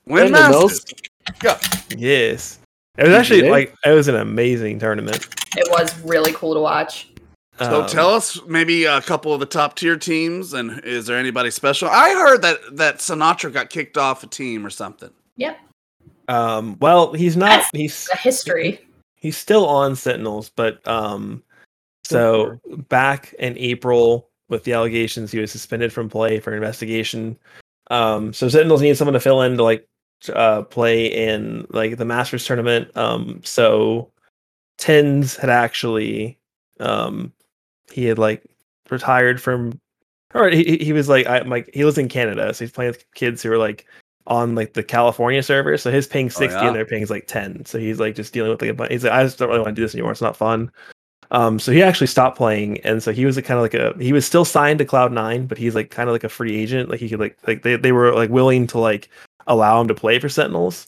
Sentinels?
Windmasters.
yes. It was
You
actually
did?
like it was an amazing tournament.
It was really cool to watch.
So
Um,
tell us maybe a couple of the top tier teams, and is there anybody special? I heard that that Sinatra got kicked off a team or something.
Um, well, he's not.
That's-
he's
The history.
he's still on Sentinels, but um, so back in April with the allegations, he was suspended from play for investigation. Um, so Sentinels needed someone to fill in to like t- uh, play in like the Masters tournament. Um, so Tens had actually um, he had like retired from Or he, he- he was like, I, like he lives in Canada, so he's playing with kids who are like on like the California server. So his ping's
Oh,
sixty,
yeah.
and their ping's like ten. So he's like just dealing with like a bunch. He's like, I just don't really want to do this anymore. It's not fun. Um, so he actually stopped playing, and so he was kind of like a he was still signed to Cloud Nine, but he's like kind of like a free agent. Like he could like like they they were like willing to like allow him to play for Sentinels.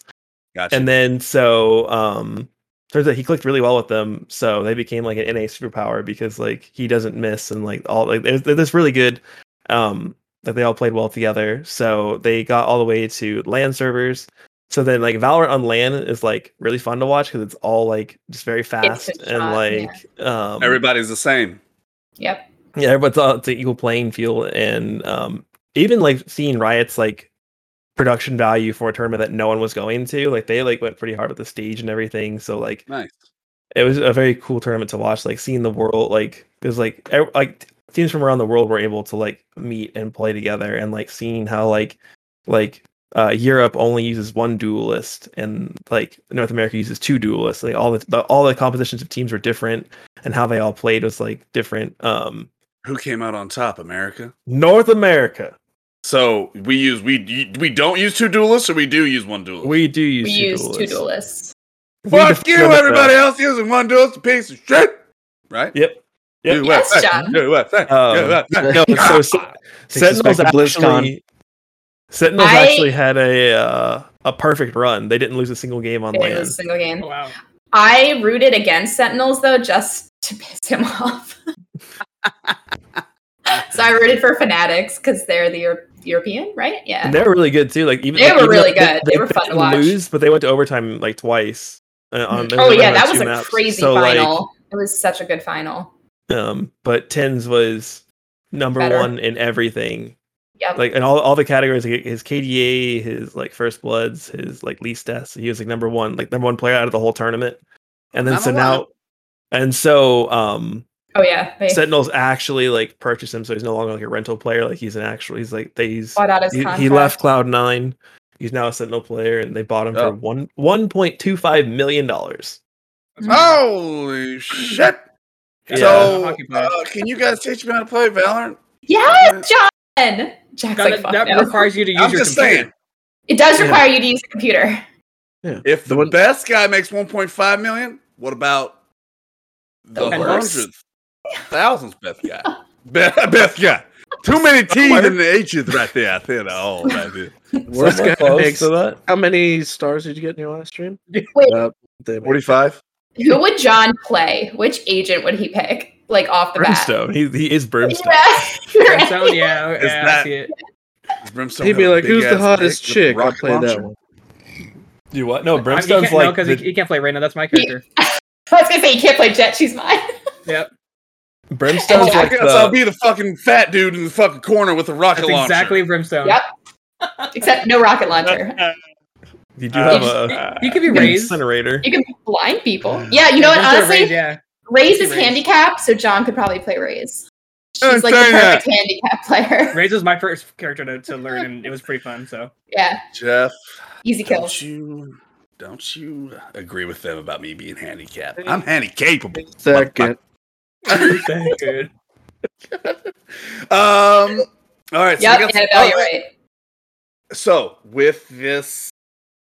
Gotcha.
And then so um turns out he clicked really well with them, so they became like an NA superpower because like he doesn't miss and like all like they're, they're just really good. Um that they all played well together. So they got all the way to LAN servers. So then like Valorant on LAN is like really fun to watch because it's all like just very fast
just
and
shot,
like um
Everybody's the same.
Yep.
yeah, everybody's on the equal playing field, and um, even like seeing riots like production value for a tournament that no one was going to, like they like went pretty hard with the stage and everything. So like
Nice.
it was a very cool tournament to watch. Like seeing the world, like because like ev- like teams from around the world were able to like meet and play together, and like seeing how like like uh, Europe only uses one duelist, and like North America uses two duelists. Like all the, the all the compositions of teams were different, and how they all played was like different. Um,
Who came out on top, America?
North America.
So we use we we don't use two duelists, or we do use one duelist.
We do use
We
two
use two
duelists.
duelists.
We
Fuck
defend
you,
ourselves.
everybody else using one duelist, a piece of shit. Right?
Yep. Yep.
Do
Yes,
what?
John.
Do what? Do
Um,
what?
No, so Sen-
Takes us back
Sentinels
to BlizzCon.
actually, Sentinels
I-
actually had a uh, a perfect run. They didn't lose a single game on
It was a
land.
single game.
Wow.
I rooted against Sentinels though, just to piss him off. so I rooted for Fanatics because they're the Euro- European, right? Yeah.
And they were really good too. Like even
They
like,
were
even
really
though
good. They were fun to
didn't
watch.
Lose, but they went to overtime like twice. uh, on- they
oh
went
yeah,
overtime
that
on
was
two
a
maps.
crazy
So, like,
final. it was such a good final.
um, but tens was number
Better.
one in everything.
Yep.
like in all, all the categories like, his kda his like first bloods his like least deaths he was like number one like number one player out of the whole tournament and then
Not
so
a
now
lot.
and so um
oh yeah, they
sentinels actually like purchased him so he's no longer like a rental player like he's an actual he's like they he's
bought out his
he,
contract.
he left cloud nine he's now a sentinel player and they bought him
Oh.
for one 1.25 million dollars
Um,
Holy shit! Oh,
Yeah.
So,
Hockey player.
uh, can you guys teach me how to play Valorant?
Yes, John. Jack's
That,
like, fuck
that
no.
requires you to use
I'm
your
just
computer.
saying,
It does
Yeah.
require you to use a computer.
if the
one-
best guy makes 1.5 million, what about the,
The worst.
hundredth, thousandth best guy? Be- best guy. Too many T's and the H's right there. I think. Oh, that is.
Worst guy makes-
that
How many stars did you get in your last stream?
Wait.
Uh, they-
45.
Who would John play? Which agent would he pick? Like off the
brimstone he, he is
bat.
brimstone
Yeah.
That sound- yeah,
Is
yeah, I
that-
see it.
Is Brimstone
He'd be
have a
like, "Who's the
big-ass
hottest
dick with a
chick?" I'll
rocket
play that
launcher?
one.
do what no
I mean, you
brimstone's
can't- no,
like
'cause
the-
he, he can't play Reyna. That's my character.
I was gonna say you can't play Jet. She's mine.
Yep.
brimstone's
I
like
guess
the-
I'll be the fucking fat dude in the fucking corner with a rocket
That's
launcher.
exactly Brimstone.
Yep. Except no rocket launcher.
you do
Uh,
have
You
a
just- you can be
Yeah,
raised.
Incinerator.
You can blind people. Yeah, you know what?
Brimstone raised,
Honestly,
yeah.
Raze is
Raze.
handicapped, so John could probably play Raze.
Don't
She's like the
say that.
perfect handicap player.
Raze was my first character to, to learn, and it was pretty fun. So
yeah,
Jeff,
easy
Oh,
kill.
don't you, don't you agree with them about me being handicapped? I'm handicapable.
Second.
good.
Um. All right.
Yep,
so, we got some-
Oh,
Annabelle,
all
you're
right,
right.
so with this,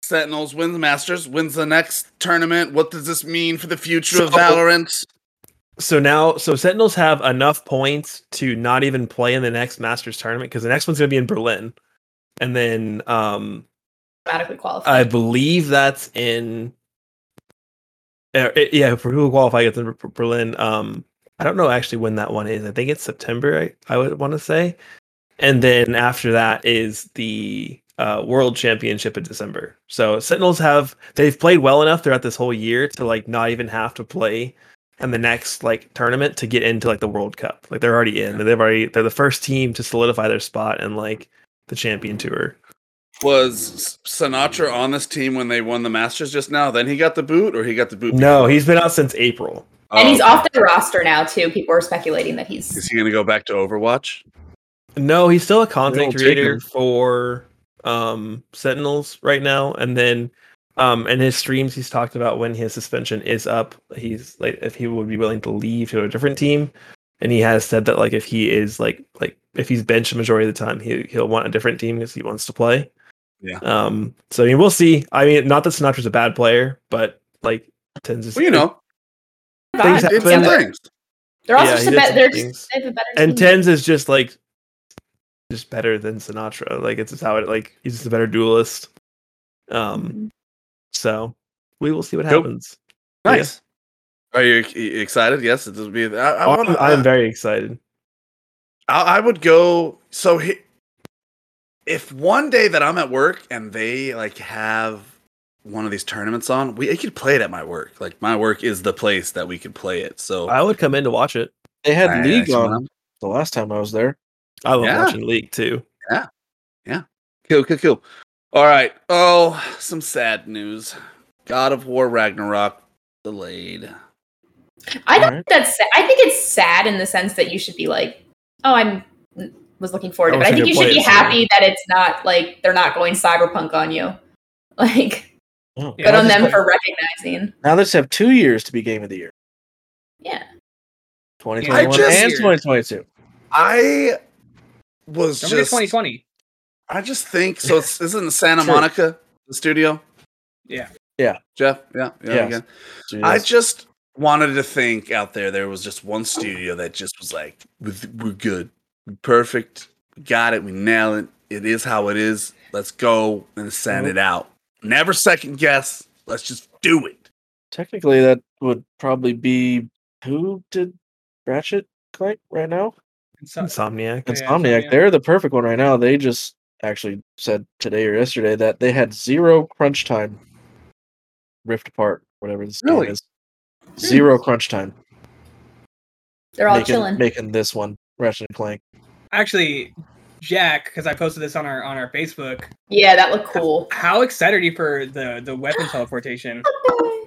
Sentinels wins Masters, wins the next tournament. What does this mean for the future of
So-
Valorant?
So now, so Sentinels have enough points to not even play in the next Masters tournament because the next one's going to be in Berlin, and then um
Automatically qualified.
I believe that's in. Uh, it- yeah, for who qualify gets in Ber- Berlin. Um, I don't know actually when that one is. I think it's September. I, I would want to say, and then after that is the uh, World Championship in December. So Sentinels have they've played well enough throughout this whole year to like not even have to play in the next like tournament to get into like the World Cup. Like they're already in. They've already they're the first team to solidify their spot in like the champion tour.
Was Sinatra on this team when they won the Masters just now? Then he got the boot, or he got the boot?
No, he's been out since April.
before?
and
Oh,
he's
okay.
off the roster now too. People are speculating that
Is
he's
he going to go back to Overwatch?
No, he's still a
They'll
content
take
creator
him.
for um Sentinels right now, and then um in his streams he's talked about when his suspension is up, he's like if he would be willing to leave to a different team. And he has said that like if he is like like if he's benched the majority of the time, he he'll want a different team because he wants to play.
Yeah.
Um. So I mean, we'll see. I mean, not that Sinatra's a bad player, but like tends to
Well, you know,
Things
did some
happen.
things.
They're also
Yeah,
just
he
a
did
bet.
some
They're just
things.
they have a better
and
team.
Tens is just like just better than Sinatra. Like it's just how it like he's just a better duelist. Um. So we will see what
Cool.
happens.
Nice. Are you e- excited? Yes, it does be. I, I
I'm,
wanna,
I'm very excited.
I, I would go. So he, if one day that I'm at work and they like have one of these tournaments on, we I could play it at my work. Like my work is the place that we could play it. So
I would come in to watch it.
They had
I-
League
I-
on the last time I was there.
I love
Yeah.
watching League too.
Cool, cool, cool. All right. Oh, some sad news. God of War Ragnarok delayed.
I don't
Alright.
think that's. Sad. I think it's sad in the sense that you should be like, oh, I'm was looking forward to.
I
it. But I
wish I
think
could
you should
play
be
it, sorry.
happy that it's not like they're not going cyberpunk on you. Like,
Oh,
Yeah,
good
now
on
this
them
have-
for recognizing.
Now let's have two years to be Game of the Year.
Yeah.
I
2021
just-
and 2022.
I was
Don't forget
just
2020.
I just think so. It's, isn't it Santa
True.
Monica the studio?
Yeah.
Yeah.
Jeff. Yeah. Yeah.
Yes.
yeah.
Jeez.
I just wanted to think out there. There was just one studio that just was like, "We're- "We're good, we're perfect, we got it, we nail it. It is how it is. Let's go and send it out. Never second guess. Let's just do it."
Technically, that would probably be who did Ratchet Clank right now?
Uh,
Insomniac.
Insomniac.
Yeah,
Insomniac.
Insomniac.
They're the perfect one right now. They just actually said today or yesterday that they had zero crunch time. Rift Apart, whatever this game
Really?
is. Zero crunch time.
They're all
making,
chilling.
making this one Ratchet and Clank.
Actually, Jack, because I posted this on our on our Facebook.
yeah, that looked cool.
How excited are you for the the weapon teleportation?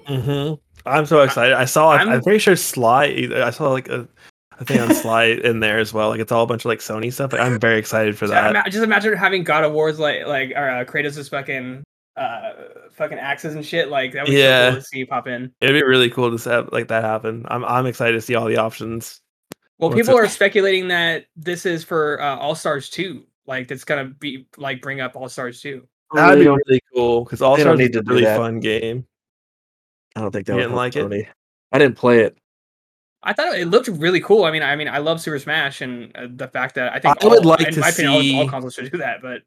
hmm I'm so excited. I saw. I'm,
I'm-
pretty sure Sly. I saw like a, a thing on Sly in there as well. Like it's all a bunch of like Sony stuff. Like, I'm very excited for
So
that.
ima- just imagine having God of War's like like or uh, Kratos' fucking uh fucking axes and shit. Like that would yeah.
Yeah.
so cool to see pop in.
It'd be really cool to have like that happen. I'm I'm excited to see all the options.
Well,
What's
people
it-
are speculating that this is for uh, All Stars two. Like that's gonna be like bring up All Stars two.
That'd
They
be
don't-
really cool because All
they don't
Stars
need
is
to
a
do
really
that.
fun game.
I don't think they
You
would
didn't
help
like it?
Sony. I didn't play it.
I thought it looked really cool. I mean, I mean, I love Super Smash, and uh, the fact that I think
I would
all-
like
in
to
my opinion, all, all
see-
consoles should do that. But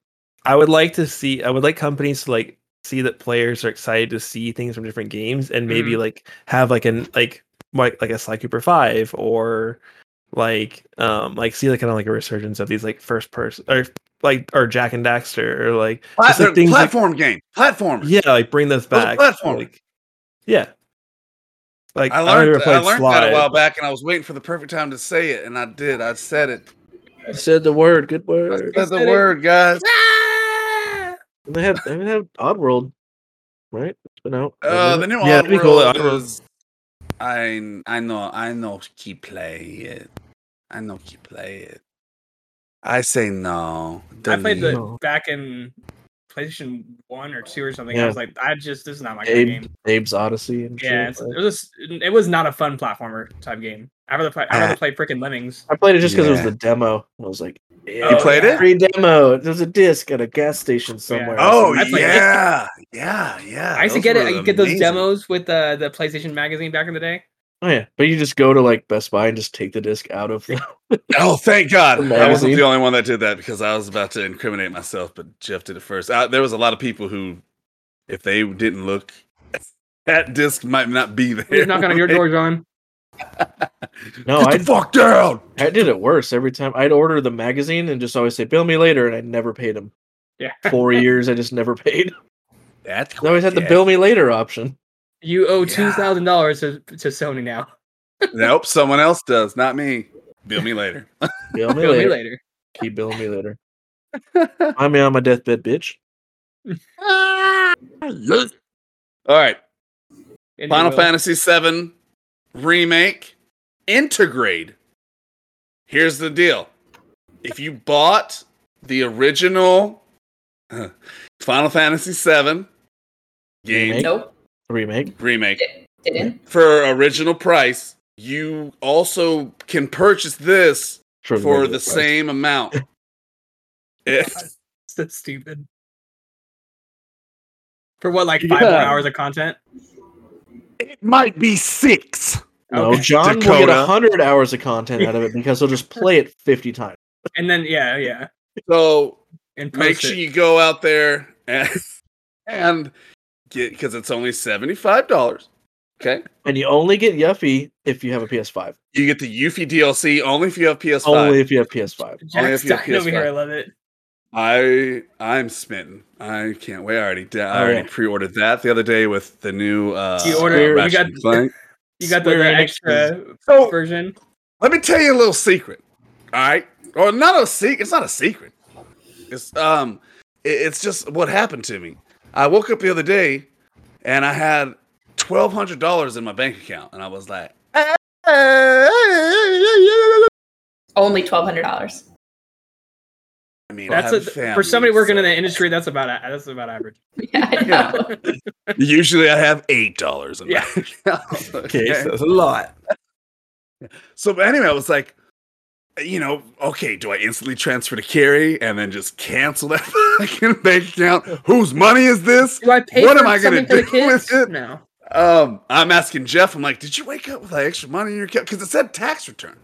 I would like to see. I would like companies to like see that players are excited to see things from different games and maybe like have like an like like like a Sly Cooper Five or like um like see like kind of like a resurgence of these like first person or like or Jack and Daxter or like just,
Plat-
like, things like-
platform game. Platform.
yeah like bring those
Those are
back
platformers.
like, yeah like
I
don't
learned.
ever
I,
play
learned that
Sly.
a while back, and I was waiting for the perfect time to say it, and I did. I said it.
You said the word. Good
I
word.
said the
Said it.
word, guys.
Ah!
And they had they even have Oddworld, right? It's been out.
Uh, the new
Yeah, that'd be cool.
Oddworld
Oddworld.
is. I I know I know keep play it. I know keep play it. I say no.
I played the
delete.
No.
back in PlayStation One or two or something. I
Yeah.
was like, I just this is not my kind of
Abe,
game.
Abe's Odyssey. And
Yeah,
shit.
it's,
like-
it was it was not a fun platformer type game. I rather play I rather play freaking Lemmings.
I played it just because it
Yeah.
was the demo. I was like,
You
Oh,
played
yeah.
it?
free demo. There's a disc at a gas station somewhere.
Oh
I played it.
yeah, yeah, yeah.
I used to
Ah, those
get
were
it. You get those
amazing.
demos with uh, the the PlayStation magazine back in the day.
Oh yeah, but you just go to like Best Buy and just take the disc out of. The-
Oh, thank God!
The
I wasn't
magazine.
the only one that did that because I was about to incriminate myself, but Jeff did it first. Uh there was a lot of people who, if they didn't look, that disc might not be there.
Who's knocking on your door, John?
no,
Get
I
the fuck down.
I did it worse every time. I'd order the magazine and just always say bill me later, and I never paid him.
Yeah.
Four years, I just never paid.
That's
I always had the
yeah.
bill me later option.
You owe
Yeah.
two thousand dollars to to Sony now.
Nope, someone else does, not me. Bill me later.
Bill me
Bill me
later.
later.
Keep billing me later. Find me on my deathbed, bitch.
All right.
And you
Final
will.
Fantasy VII remake integrate. Here's the deal: if you bought the original uh, Final Fantasy VII game
Remake?
Nope,
Remake.
remake
didn't.
for original price, you also can purchase this
Sure,
for
regular
the
price.
same amount. Eh,
so stupid. For what, like five
Yeah.
more hours of content?
it might be six.
No,
Okay.
John will
Dakota.
get hundred hours of content out of it because he'll just play it fifty times.
And then yeah, yeah.
So
And post
make
it.
sure you go out there and, and get because it's only seventy five dollars. Okay,
And you only get Yuffie if you have a PS5.
you get the Yuffie DLC only if you have PS5.
Only if you have PS5.
Only if
Jack's
you have
dying over here.
PS5.
I love it.
I I'm smitten. I can't wait. I already did. I
Oh,
already
yeah.
pre-ordered that the other day with the new. Uh,
You ordered-
Ratchet
you got-
and Clank.
You got the,
Square
the
Enix
extra
So-
version.
Let me tell you a little secret. All right, or not a secret. It's not a secret. It's um, it- it's just what happened to me. I woke up the other day, and I had twelve hundred dollars in my bank account, and I was like, I
Only twelve hundred dollars.
mean, I
That's a,
have family,
for somebody working
so-
in the industry. That's about a- that's about average.
Yeah, I
Yeah.
know.
Usually, I have eight dollars in my
Yeah.
account.
Okay, so that's a lot.
So but anyway, I was like, you know, okay, do I instantly transfer to Carrie and then just cancel that fucking bank account? Whose money is this?
Do I pay
What
for
am I gonna
something for
do
the kids?
with it?
No.
Um, I'm asking Jeff. I'm like, did you wake up with like extra money in your account? Because it said tax return.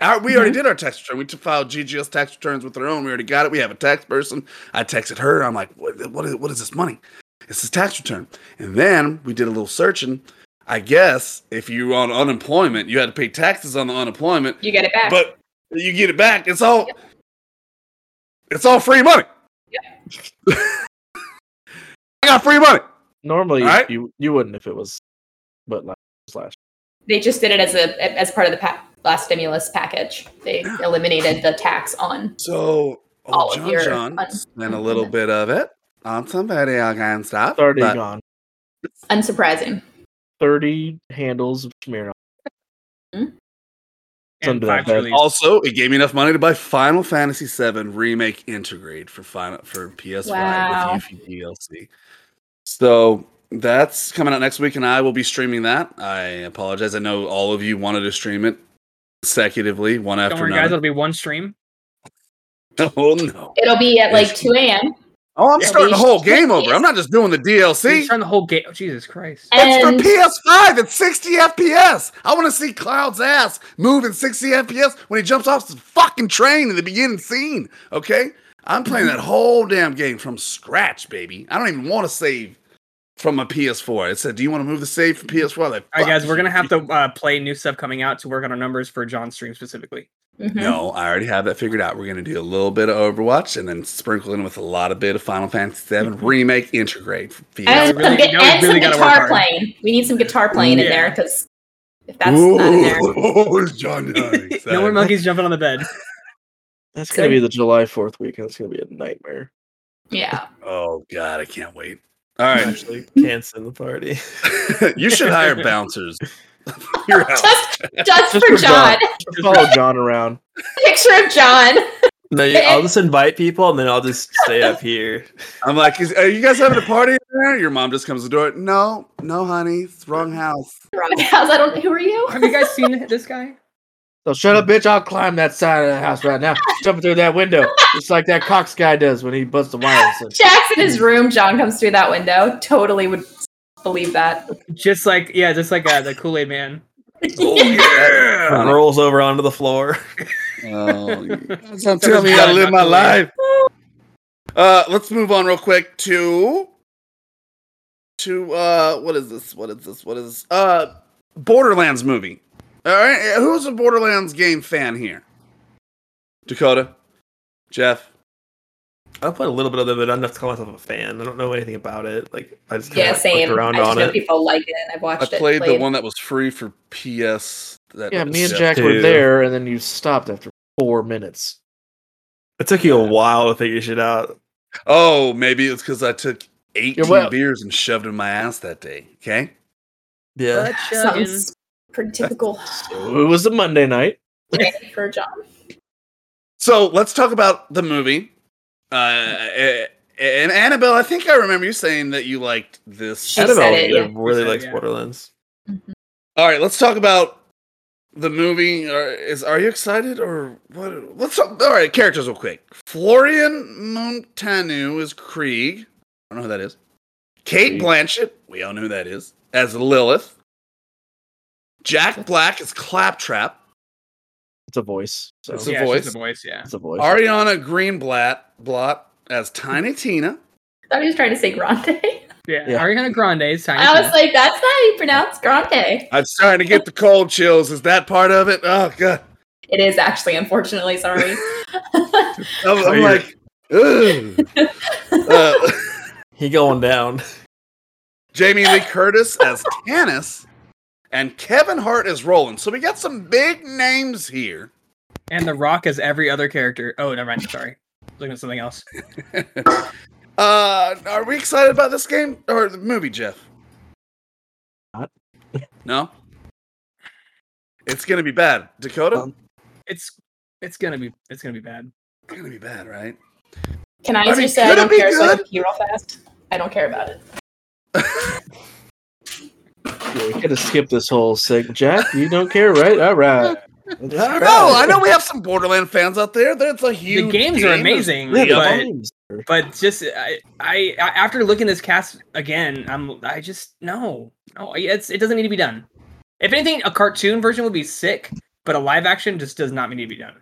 Our, we already did our tax return. We t- filed GGS tax returns with our own. We already got it. We have a tax person. I texted her. I'm like, what, what, is, what is this money? It's this tax return. And then we did a little searching. I guess if you were on unemployment, you had to pay taxes on the unemployment
You get it back.
but you get it back. It's all it's all free money. I got free money.
Normally
Alright.
you you wouldn't if it was but last last
they just did it as a as part of the pa- last stimulus package. They eliminated the tax on.
So old
All of
John
your
John
un-
spent a little bit of it Um, on somebody I can stop.
it's already
but
gone.
Unsurprising.
Thirty handles of Smirnoff.
And
Something
five
like that.
trillion.
Also, it gave me enough money to buy Final Fantasy VII Remake Integrate for Final for PS5
Wow.
with Yuffie DLC. So that's coming out next week, and I will be streaming that. I apologize. I know all of you wanted to stream it consecutively, one
Don't
after
worry, guys.
another.
It'll be one stream.
Oh no!
It'll be at like
Yes.
two a.m.
Oh, I'm
Yeah,
starting the
we
whole
should
game
do
over.
this.
I'm not just doing the
See,
DLC.
turn the whole game. Oh, Jesus Christ!
It's for
And-
PS5 at 60 FPS. I want to see Cloud's ass move at 60 FPS when he jumps off the fucking train in the beginning scene. Okay? I'm playing that whole damn game from scratch, baby. I don't even want to save from my PS4. It said, Do you want to move the save from PS4? I was like,
All right,
"Fuck
guys, we're gonna
you."
have to uh, play new stuff coming out to work on our numbers for John's stream specifically.
Mhm.
No, I already have that figured out. We're gonna do a little bit of Overwatch and then sprinkle in with a lot of bit of Final Fantasy
Mm-hmm.
7 remake integrate. for
And
really-
some, gu-
now we
and some
really gotta work
guitar
hard.
playing. We need some guitar playing in
Yeah.
there because if that's not in there,
Ooh, John Donne,
No more
exactly.
monkeys jumping on the bed.
That's gonna
So-
be the July fourth weekend. It's gonna be a nightmare.
yeah.
Oh god, I can't wait. All right,
Actually, canceling the party.
you should hire bouncers. You're out.
Just, just,
Just
for
for
John.
Just follow John around.
Picture of John.
No, you- I'll just invite people and then I'll just stay up here.
I'm like, is, are you guys having a party in there? Your mom just comes to the door. No, no, honey, it's the wrong house.
Wrong house. I don't. Who are you?
Have you guys seen this guy?
So shut up, bitch! I'll climb that side of the house right now, jumping through that window, just like that Cox guy does when he busts the wires. in.
Jack's in his room. John comes through that window. Totally would believe that.
Just like yeah, just like uh, the Kool Aid Man.
yeah.
Rolls over onto the floor.
Oh, you guys don't tell me how to live my life. Uh, let's move on real quick to to uh, what is this? What is this? What is this? Uh, Borderlands movie. All right, who's a Borderlands game fan here? Dakota, Jeff.
I played a little bit of it, but I'm not to call myself a fan. I don't know anything about it. Like I just
Yeah,
kind of
same.
around
I just
on
know
it.
people like it. and I've
I
watched it.
played the one that was free for PS. That
Yeah, me and
Jeff
Jack were
too.
there, and then you stopped after four minutes.
It took you a while to figure shit out.
Oh, maybe it's because I took 18
wel-
beers and shoved in my ass that day. Okay.
Yeah.
Sounds pretty typical
So it was a Monday night.
for John.
So let's talk about the movie. Uh, eh, and Annabelle, I think I remember you saying that you liked this.
She said it, yeah.
really
She said it,
likes
yeah.
Mm-hmm.
Borderlands.
All right, let's talk about the movie are, is are you excited or what let's talk all right characters real quick florian montanu is krieg i don't know who that is kate
Krieg.
blanchett we all know who that is as lilith jack black is claptrap
It's a voice. So
It's
it's
a
a,
yeah, it's just
voice.
a voice, yeah.
voice.
ariana greenblatt blot as tiny tina
thought he was trying to say Grande.
Yeah,
Yeah.
Ariana Grande is tiny.
I was like, that's not how you pronounce Grande.
i'm starting to get the cold chills is that part of it oh god
It is actually, unfortunately, sorry.
i'm, I'm
you're-
like ugh. Uh,
He going down.
Jamie Lee Curtis as Tannis, and Kevin Hart as Roland. So we got some big names here.
and The Rock is every other character. Oh, never mind. Sorry. Looking at something else.
Uh, are we excited about this game or the movie, Jeff?
Not.
no. It's gonna be bad, Dakota.
Um,
It's it's gonna be it's gonna be bad.
it's gonna be bad, right?
Can I,
I mean,
just say I
could it
don't
be
care so I
good?
can pee real fast? I don't care about it.
Yeah, we could have skipped this whole segment. Jack, you don't care, right? All right. All
No, I
right.
know we have some Borderland fans out there. That's a huge.
the games
game.
are
There's
amazing,
Yeah, the
but
volumes are-
but just I, I I- after looking this cast again, I'm I just no no it's it doesn't need to be done. If anything, a cartoon version would be sick, but a live action just does not need to be done.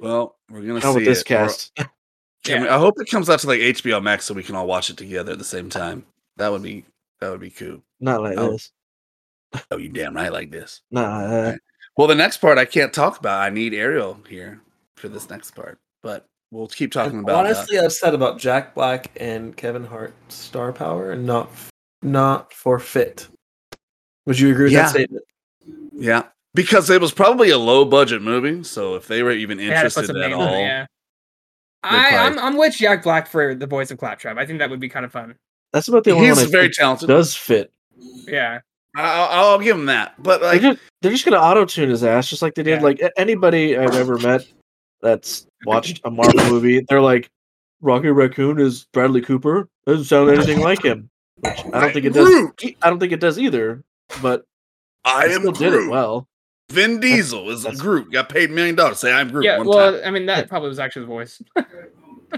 Well, we're gonna
How
see
with this
it.
cast?
We're- I mean, I hope it comes out to like HBO Max so we can all watch it together at the same time. That would be that would be cool.
Not like
Oh.
this.
Oh, you damn right like this.
Nah. uh,
Well, the next part I can't talk about. I need Ariel here for this next part, but we'll keep talking about
honestly upset about Jack Black and Kevin Hart's star power and not not for fit. Would you agree
with
with
that Yeah.
that statement?
that. Yeah, because it was probably a low budget movie, so if they were even
They had to put
interested
some
at
names
all,
on it, yeah. I,
probably-
I'm I'm with Jack Black for the voice of Claptrap. I think that would be kind of fun.
That's about the only one
he's
I
very
think
talented.
does fit.
Yeah,
I'll, I'll give him that. But like,
they're, just, they're just gonna auto tune his ass, just like they did.
Yeah.
Like a- anybody I've ever met that's watched a Marvel movie, they're like, "Rocky Raccoon is Bradley Cooper. Doesn't sound anything like him." Which I don't think it does. e,
Groot,
I don't think it does either. But
I
I
am
still
Groot.
did it well.
Vin Diesel is
that's-
Groot. Got paid million dollars. Say I'm Groot.
yeah.
one
Well,
time.
I mean that probably was actually the voice.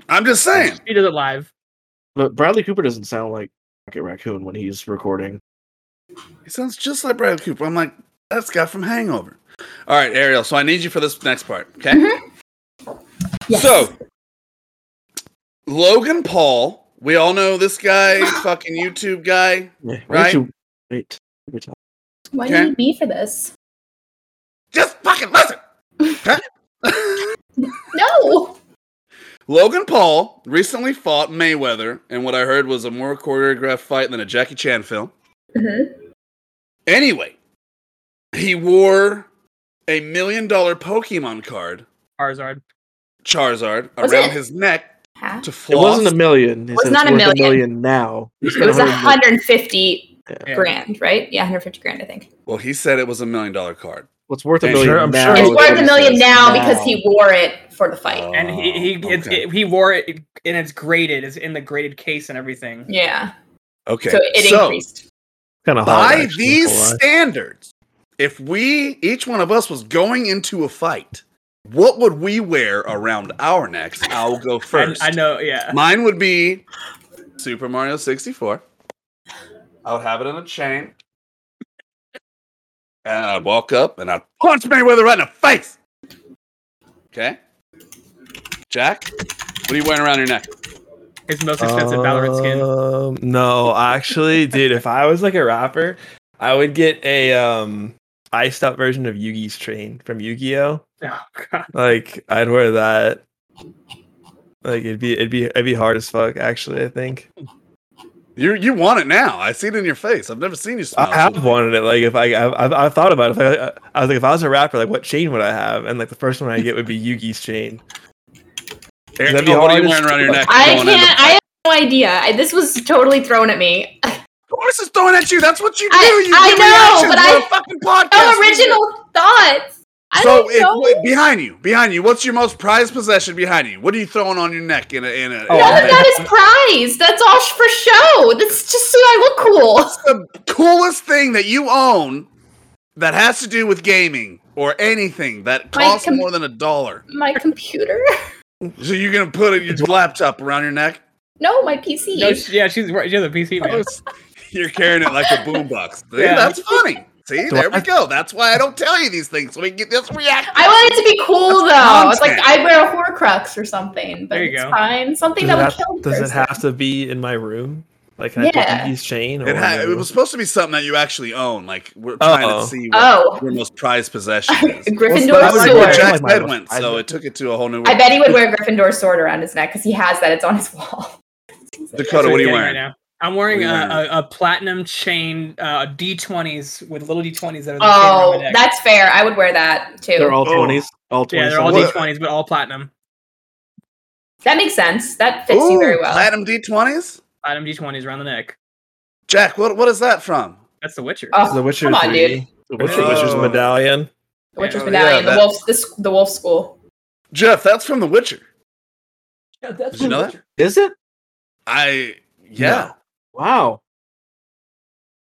I'm just saying.
he does it live.
But Bradley Cooper doesn't sound like Rocket Raccoon when he's recording.
He sounds just like Bradley Cooper. I'm like, that's the guy from Hangover. All right, Ariel. So I need you for this next part. Okay.
Mm-hmm. Yes.
So Logan Paul, we all know this guy, fucking YouTube guy.
Yeah, why
Right.
don't you- wait. every time.
Why
Okay.
do you need me for this?
Just fucking listen. Okay?
No.
Logan Paul recently fought Mayweather in what I heard was a more choreographed fight than a Jackie Chan film.
Mhm.
Anyway, he wore a million dollar Pokemon card,
Charizard.
Charizard,
Was
around
it-
his neck
Half?
to
It
floss.
wasn't a million. He
Was
said it's
not a
worth
million.
now. He spent
It was
100 million.
150
Yeah.
grand, right? Yeah, 150 grand, I think.
well, he said it was a million dollar card.
What's worth a
I'm
million
sure-
I'm
now?
sure
is
it's
what
worth a
he
million
says
now because he wore it for the fight.
Oh,
and he he it's,
okay.
it, he wore it and it's graded. It's in the graded case and everything.
yeah.
okay.
So it increased.
Kind of
by these standards, if we each one of us was going into a fight, what would we wear around our necks? I'll go first.
I, I know. Yeah.
Mine would be Super Mario 64. I would have it in a chain. And I'd walk up and I'd punch Mayweather right in the face. Okay. Jack, what are you wearing around your neck?
His most expensive Valorant
Oh.
skin.
Um, no, actually, dude, if I was like a rapper, I would get a um iced out version of Yugi's train from Yu-Gi-Oh.
Oh god.
Like I'd wear that. Like it'd be it'd be it'd be hard as fuck. Actually, I think
You you want it now. I see it in your face. I've never seen you smile.
I have wanted it. Like if I I've, I've, I've thought about it. If I, I was like if I was a rapper, like what chain would I have? And like the first one I get would be Yugi's chain.
Eric,
That'd be
what are
hard
you
as
wearing around your neck?
fuck.
I
going into
can't. I have no idea. I, this was totally thrown at me.
course it's throwing at you. That's what you do.
I-
you
I
give
know,
reactions
but
to
I-
a fucking podcast.
No original thoughts. I
so
don't
if-
know.
wait, behind you, behind you, what's your most prized possession behind you? What are you throwing on your neck in a in a,
Oh,
in
None
a
of that is prize. That's all sh- for show. That's just so I look cool.
the coolest thing that you own that has to do with gaming or anything that
Wait,
costs
can-
more than a dollar.
My computer?
So you're gonna put your laptop around your neck?
No, my PC.
No, she, yeah, she's right. She's a PC man.
You're carrying it like a boombox. See,
Yeah.
That's funny. See,
Do
there
I-
we go. That's why I don't tell you these things. So we get this reaction.
I wanted to be cool though. It's like
content.
I wear a Horcrux or something, but
There you
it's
go.
fine. Something that would
does, it
kill
have,
the
does it
person.
have to be in my room? Like, can I
Yeah.
put these chain? Or
It, ha-
whatever?
it was supposed to be something that you actually own. Like we're trying
Uh-oh.
to see what
Oh.
your most prized possession is.
Gryffindor
Well, it's-
Where
Sure.
sword.
Jack-
Jack's head went, so it took it to a whole new.
I bet he would wear Gryffindor sword around his neck because he has that. It's on his wall.
Dakota,
That's
what are you
I'm getting
wearing?
Right now. I'm wearing
What are you
a, a, a platinum chain uh, D20s with little D20s that are the chain
Oh,
around my neck.
that's fair. I would wear that too.
They're all
Oh.
twenties. All twenties.
yeah, they're all
What-
D20s, but all platinum.
that makes sense. That fits you
Ooh,
very well.
Platinum D20s.
Platinum D20s around the neck.
Jack, what what is that from?
That's The Witcher.
Oh,
The Witcher
come on,
3.
dude.
What's the
Oh.
Witcher's medallion?
The Witcher's
Oh, yeah,
medallion. the
that-
wolf. The, s- the wolf school.
Jeff, that's from The Witcher.
Yeah, that's
Did you know that?
Is it?
I yeah.
Wow.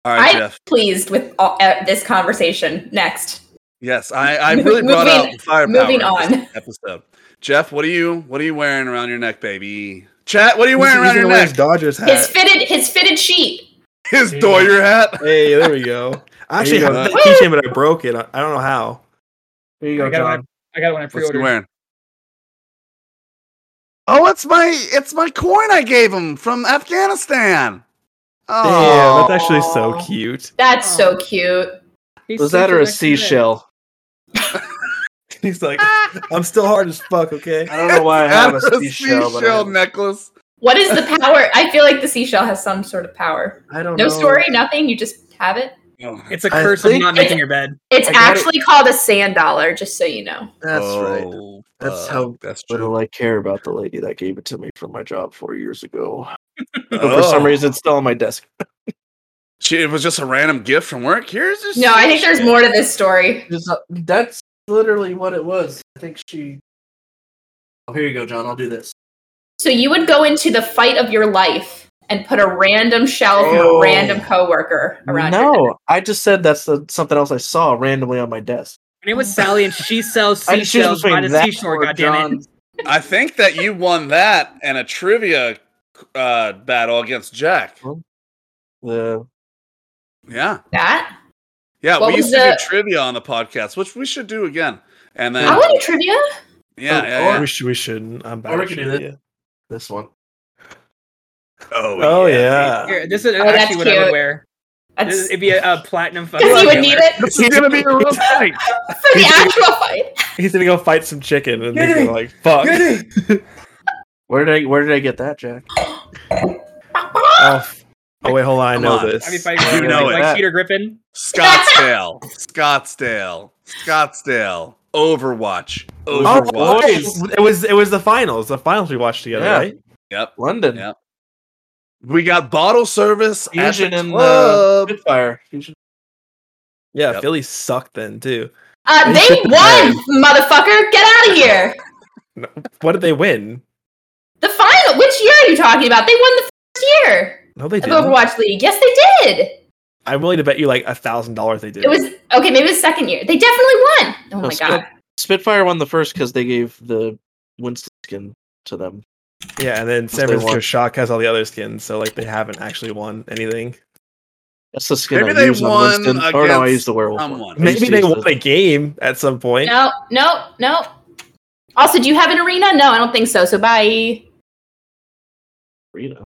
All right,
I'm
Jeff.
pleased with all, uh, this conversation. Next,
Yes, I, I really brought out
Moving-
the firepower.
moving
in this Episode. Jeff, what are you what are you wearing around your neck, baby? Chat, what are you wearing around your neck?
His Dodgers hat.
his fitted his fitted sheet.
His Doyer hat.
Hey, there we go. I actually
There
have
you
that
go.
keychain, but I broke it. I I don't know how.
There you
I
go,
got it when
John.
I, I got it when I
What's he
pre-ordered.
wearing? Oh, it's my it's my coin I gave him from Afghanistan.
Damn,
Oh,
that's actually so
Aw.
cute.
That's
Oh.
so cute.
He
Was that
sleeps
or a
next to me.
seashell?
He's like, I'm still hard as fuck. Okay.
I don't know why I have a
Out of
seashell. but I-
seashell necklace.
What is the power? I feel like the seashell has some sort of power.
I don't
No
know.
story, nothing. You just have it.
Oh,
It's a
I
curse of
think-
not making your bed.
It's
I got it.
actually called a sand dollar, just so you know.
That's right.
Oh,
That's
fuck,
how
That's
Little
true.
uh, I care about the lady that gave it to me for my job four years ago. But
Oh.
for some reason, it's still on my desk.
She, it was just a random gift from work. Here's this.
No, I think there's more to this story.
It's not- that's literally what it was. I think she. Oh, here you go, John. I'll do this.
So you would go into the fight of your life and put a random shell from a
Oh.
random coworker around. your neck.
No, I just said that's the, something else I saw randomly on my desk.
And it was Sally, and she sells
I just choose
seashells by
between
the
that
seashore.
or
God damn it!
John's.
I think that you won that and a trivia uh, battle against Jack.
The
Yeah,
that
yeah.
What
we
was
used to
the-
do trivia on the podcast, which we should do again. And then,
I want to trivia.
yeah,
Oh,
yeah,
or-
yeah.
We should. We shouldn't. I'm bad.
Or we
at
could do
trivia.
this one.
Oh yeah.
Here, this is
Oh, that's
actually what I
cute.
would wear. This is,
That's
it'd be a, a platinum.
because you would need it
This is gonna be a real fight.
for the actual fight.
He's gonna go fight some chicken, and he's gonna like, fuck.
Where did I Where did I get that, Jack?
Oh, f- oh wait, hold on. I
Come
know
on.
this.
I'd be fighting
You
you
know
like,
it.
like Peter Griffin.
Scottsdale, Scottsdale, Scottsdale, Overwatch,
Oh,
Overwatch.
boys. It was it was the finals. The finals we watched together,
Yeah.
right?
Yep.
London.
Yeah. We got bottle service at
Fusion
the
and uh,
club.
Spitfire. Fusion.
Yeah,
Yep.
Philly sucked then too.
Uh, they won, motherfucker! Get out of here.
What did they win?
The final. Which year are you talking about? They won the first year
No, they
of
didn't.
Overwatch League. Yes, they did.
I'm willing to bet you like a thousand dollars they did.
It was okay. Maybe it was second year. They definitely won. Oh
No,
my
Spit-
god.
Spitfire won the first because they gave the Winston skin to them.
yeah, and then San
They won.
Francisco Shock has all the other skins, so like they haven't actually won anything.
That's the skin.
Maybe
I
they
used on
won
Winston. Or no, I
against
used the werewolf. one.
someone.
I used
Maybe
to
they
use
won
the-
a game at some point.
No, no, no. Also, do you have an arena? No, I don't think so. So bye.
Reno.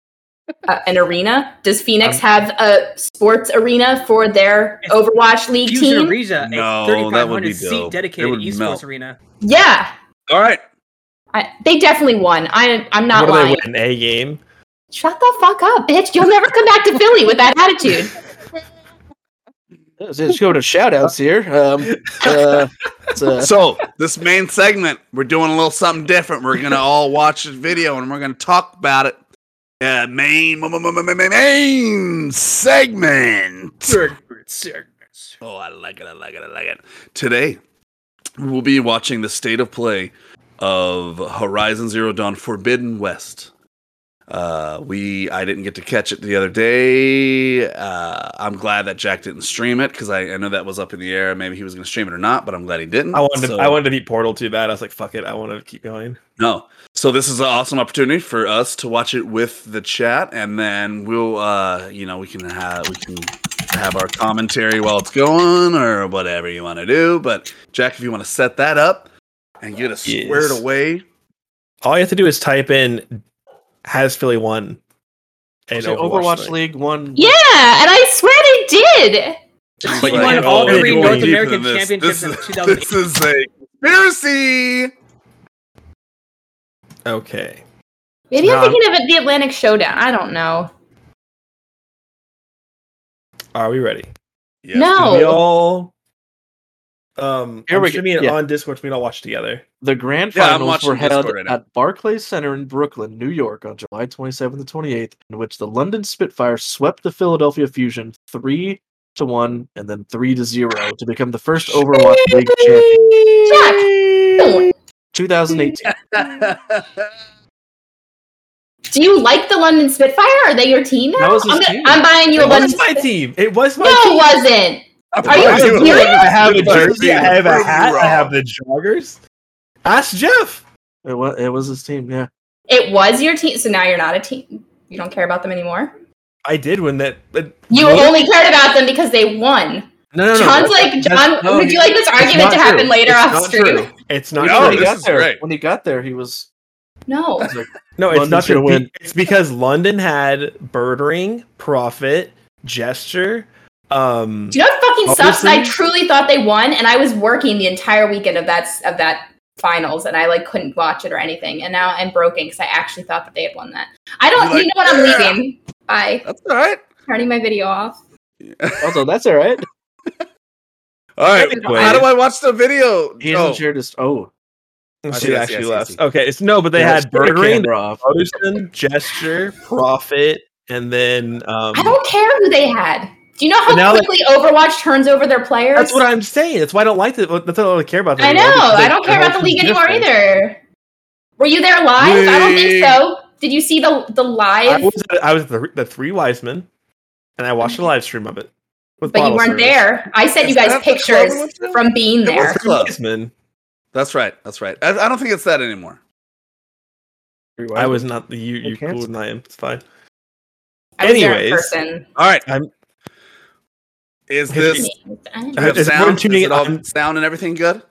Uh, an arena? Does Phoenix
Um,
have a sports arena for their
It's
Overwatch League
Fusion
team?
Arena,
No,
a
that would be
3,500
dope.
seat
It
dedicated
would
esports
melt.
arena.
Yeah,
All right.
I, they definitely won. I, I'm
what
not
do they
lying.
win? A game.
Shut the fuck up, bitch! You'll never come back to Philly with that attitude.
Let's just go to shout outs here. Um, uh, it's, uh,
So this main segment, we're doing a little something different. We're gonna all watch this video and we're gonna talk about it. Uh, main, m- m- m- m- m- main segment. Oh, I like it. I like it. I like it. Today, we will be watching the state of play of Horizon Zero Dawn Forbidden West. Uh, we I didn't get to catch it the other day. Uh, I'm glad that Jack didn't stream it because I, I know that was up in the air. Maybe he was going to stream it or not, but I'm glad he didn't.
I wanted to,
So-
I wanted to beat Portal too bad. I was like, fuck it, I want to keep going.
no. So this is an awesome opportunity for us to watch it with the chat, and then we'll, uh, you know, we can have we can have our commentary while it's going or whatever you want to do. But Jack, if you want to set that up and get us
Yes.
squared away,
All you have to do is type in has Philly won. And
Overwatch,
Overwatch, League.
League won.
Yeah, and I swear they did.
She's
But you
like,
won all
"Oh,
three
we're
North
going deep
American
into this.
championships
This
in
is-
2008."
This is a conspiracy.
Okay.
Maybe
Nah.
I'm thinking of it, the Atlantic Showdown. I don't know.
Are we ready?
Yes.
No.
We all um
Here
I'm
we go.
streaming it
Yeah.
on Discord so we can all watch together.
The grand
Yeah, I'm
finals
watching
were held
Discord right now.
at Barclays Center in Brooklyn, New York, on July 27th and 28th, in which the London Spitfire swept the Philadelphia Fusion three to one and then three to zero to become the first Overwatch League champion.
Jack, don't.
2018.
do you like the London Spitfire? Are they your team now?
That was his
I'm, gonna-
team.
I'm buying you a
It
London.
was my team. It was my
No, it
team.
wasn't. Are you
I
serious?
I have a
You're
jersey. I have a
proving
hat. I
wrong.
have the joggers. Ask Jeff.
It was, it was his team, yeah.
It was your team. So now you're not a team. You don't care about them anymore.
I did win that. But
You
What?
only cared about them because they won.
No, no, no.
John's
that's-
like,
that's-
John,
no,
would
he-
you like this
it's
argument
not
to happen
true.
later
It's
off
not
stream?
true.
it's not.
No,
true.
when, he
Oh, this
got
is
there,
great.
when he got there, he was
No.
No, it's
London's
not true.
gonna win.
Be- It's because London had birdering, profit, gesture. Um,
Do you know what fucking sucks?
Obviously.
I truly thought they won, and I was working the entire weekend of that of that finals, and I like couldn't watch it or anything. And now I'm broken because I actually thought that they had won that. I don't.
You're like,
you know what? I'm
"Yeah."
leaving. Bye.
That's all right.
Turning my video off.
also that's all right.
All right.
Anyway.
How do I watch the video?
He
Oh,
hasn't shared his oh
she
see, I see,
actually
I see, I
left.
see.
Okay, it's no, but they
yeah,
had
shut the
birdering,
camera off.
motion, gesture, profit, and then um,
I don't care who they had. Do you know
But now
how
that-
quickly Overwatch turns over their players?
that's what I'm saying. That's why I don't like it. That's what I don't care about. them
I know.
anymore, because
I
they-
don't
their
care
whole
about the league
team's
anymore
different.
either. Were you there live? I don't think
League.
so. Did you see the the
I
live?
was, I was the, the three wise men, and I watched a live stream of it. With
But you
bottle
weren't
service.
there. I sent
Is
you
that
guys
the club
pictures
we went to?
from being
It was
there.
the
Three
club.
wise men.
That's right. That's right. I, I don't think it's that anymore.
I was not the you.
They
You cooler
canceled.
than I am. It's fine.
I was there in
Anyways.
person.
All right.
I'm-
Is
It's-
this
I
do
don't know.
we have
It's more
sound?
tuning
Is it all
on-
sound and everything good?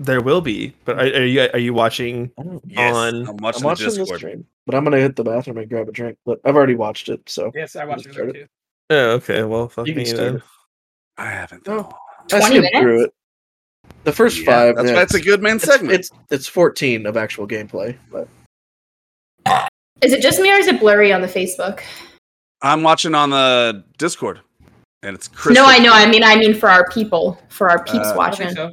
There will be, but are, are you are you watching? On-
I'm
I'm
watching,
watching
the
this
Discord.
stream, but I'm gonna hit the bathroom and grab a drink. But I've already watched it, so
Yes, I watched it
Start it.
too.
Oh, okay. Well, fuck
You can
me
start
then.
it.
I haven't.
No. I
20
skipped through it. The Oh, first
Yeah,
five.
That's
yeah,
why it's a good main
it's,
segment.
It's it's 14 of actual gameplay, but
Is it just me or is it blurry on the Facebook?
I'm watching on the Discord, and it's crystal.
No, I know. I mean, I mean for our people, for our peeps
Uh,
I don't
watching.
think so.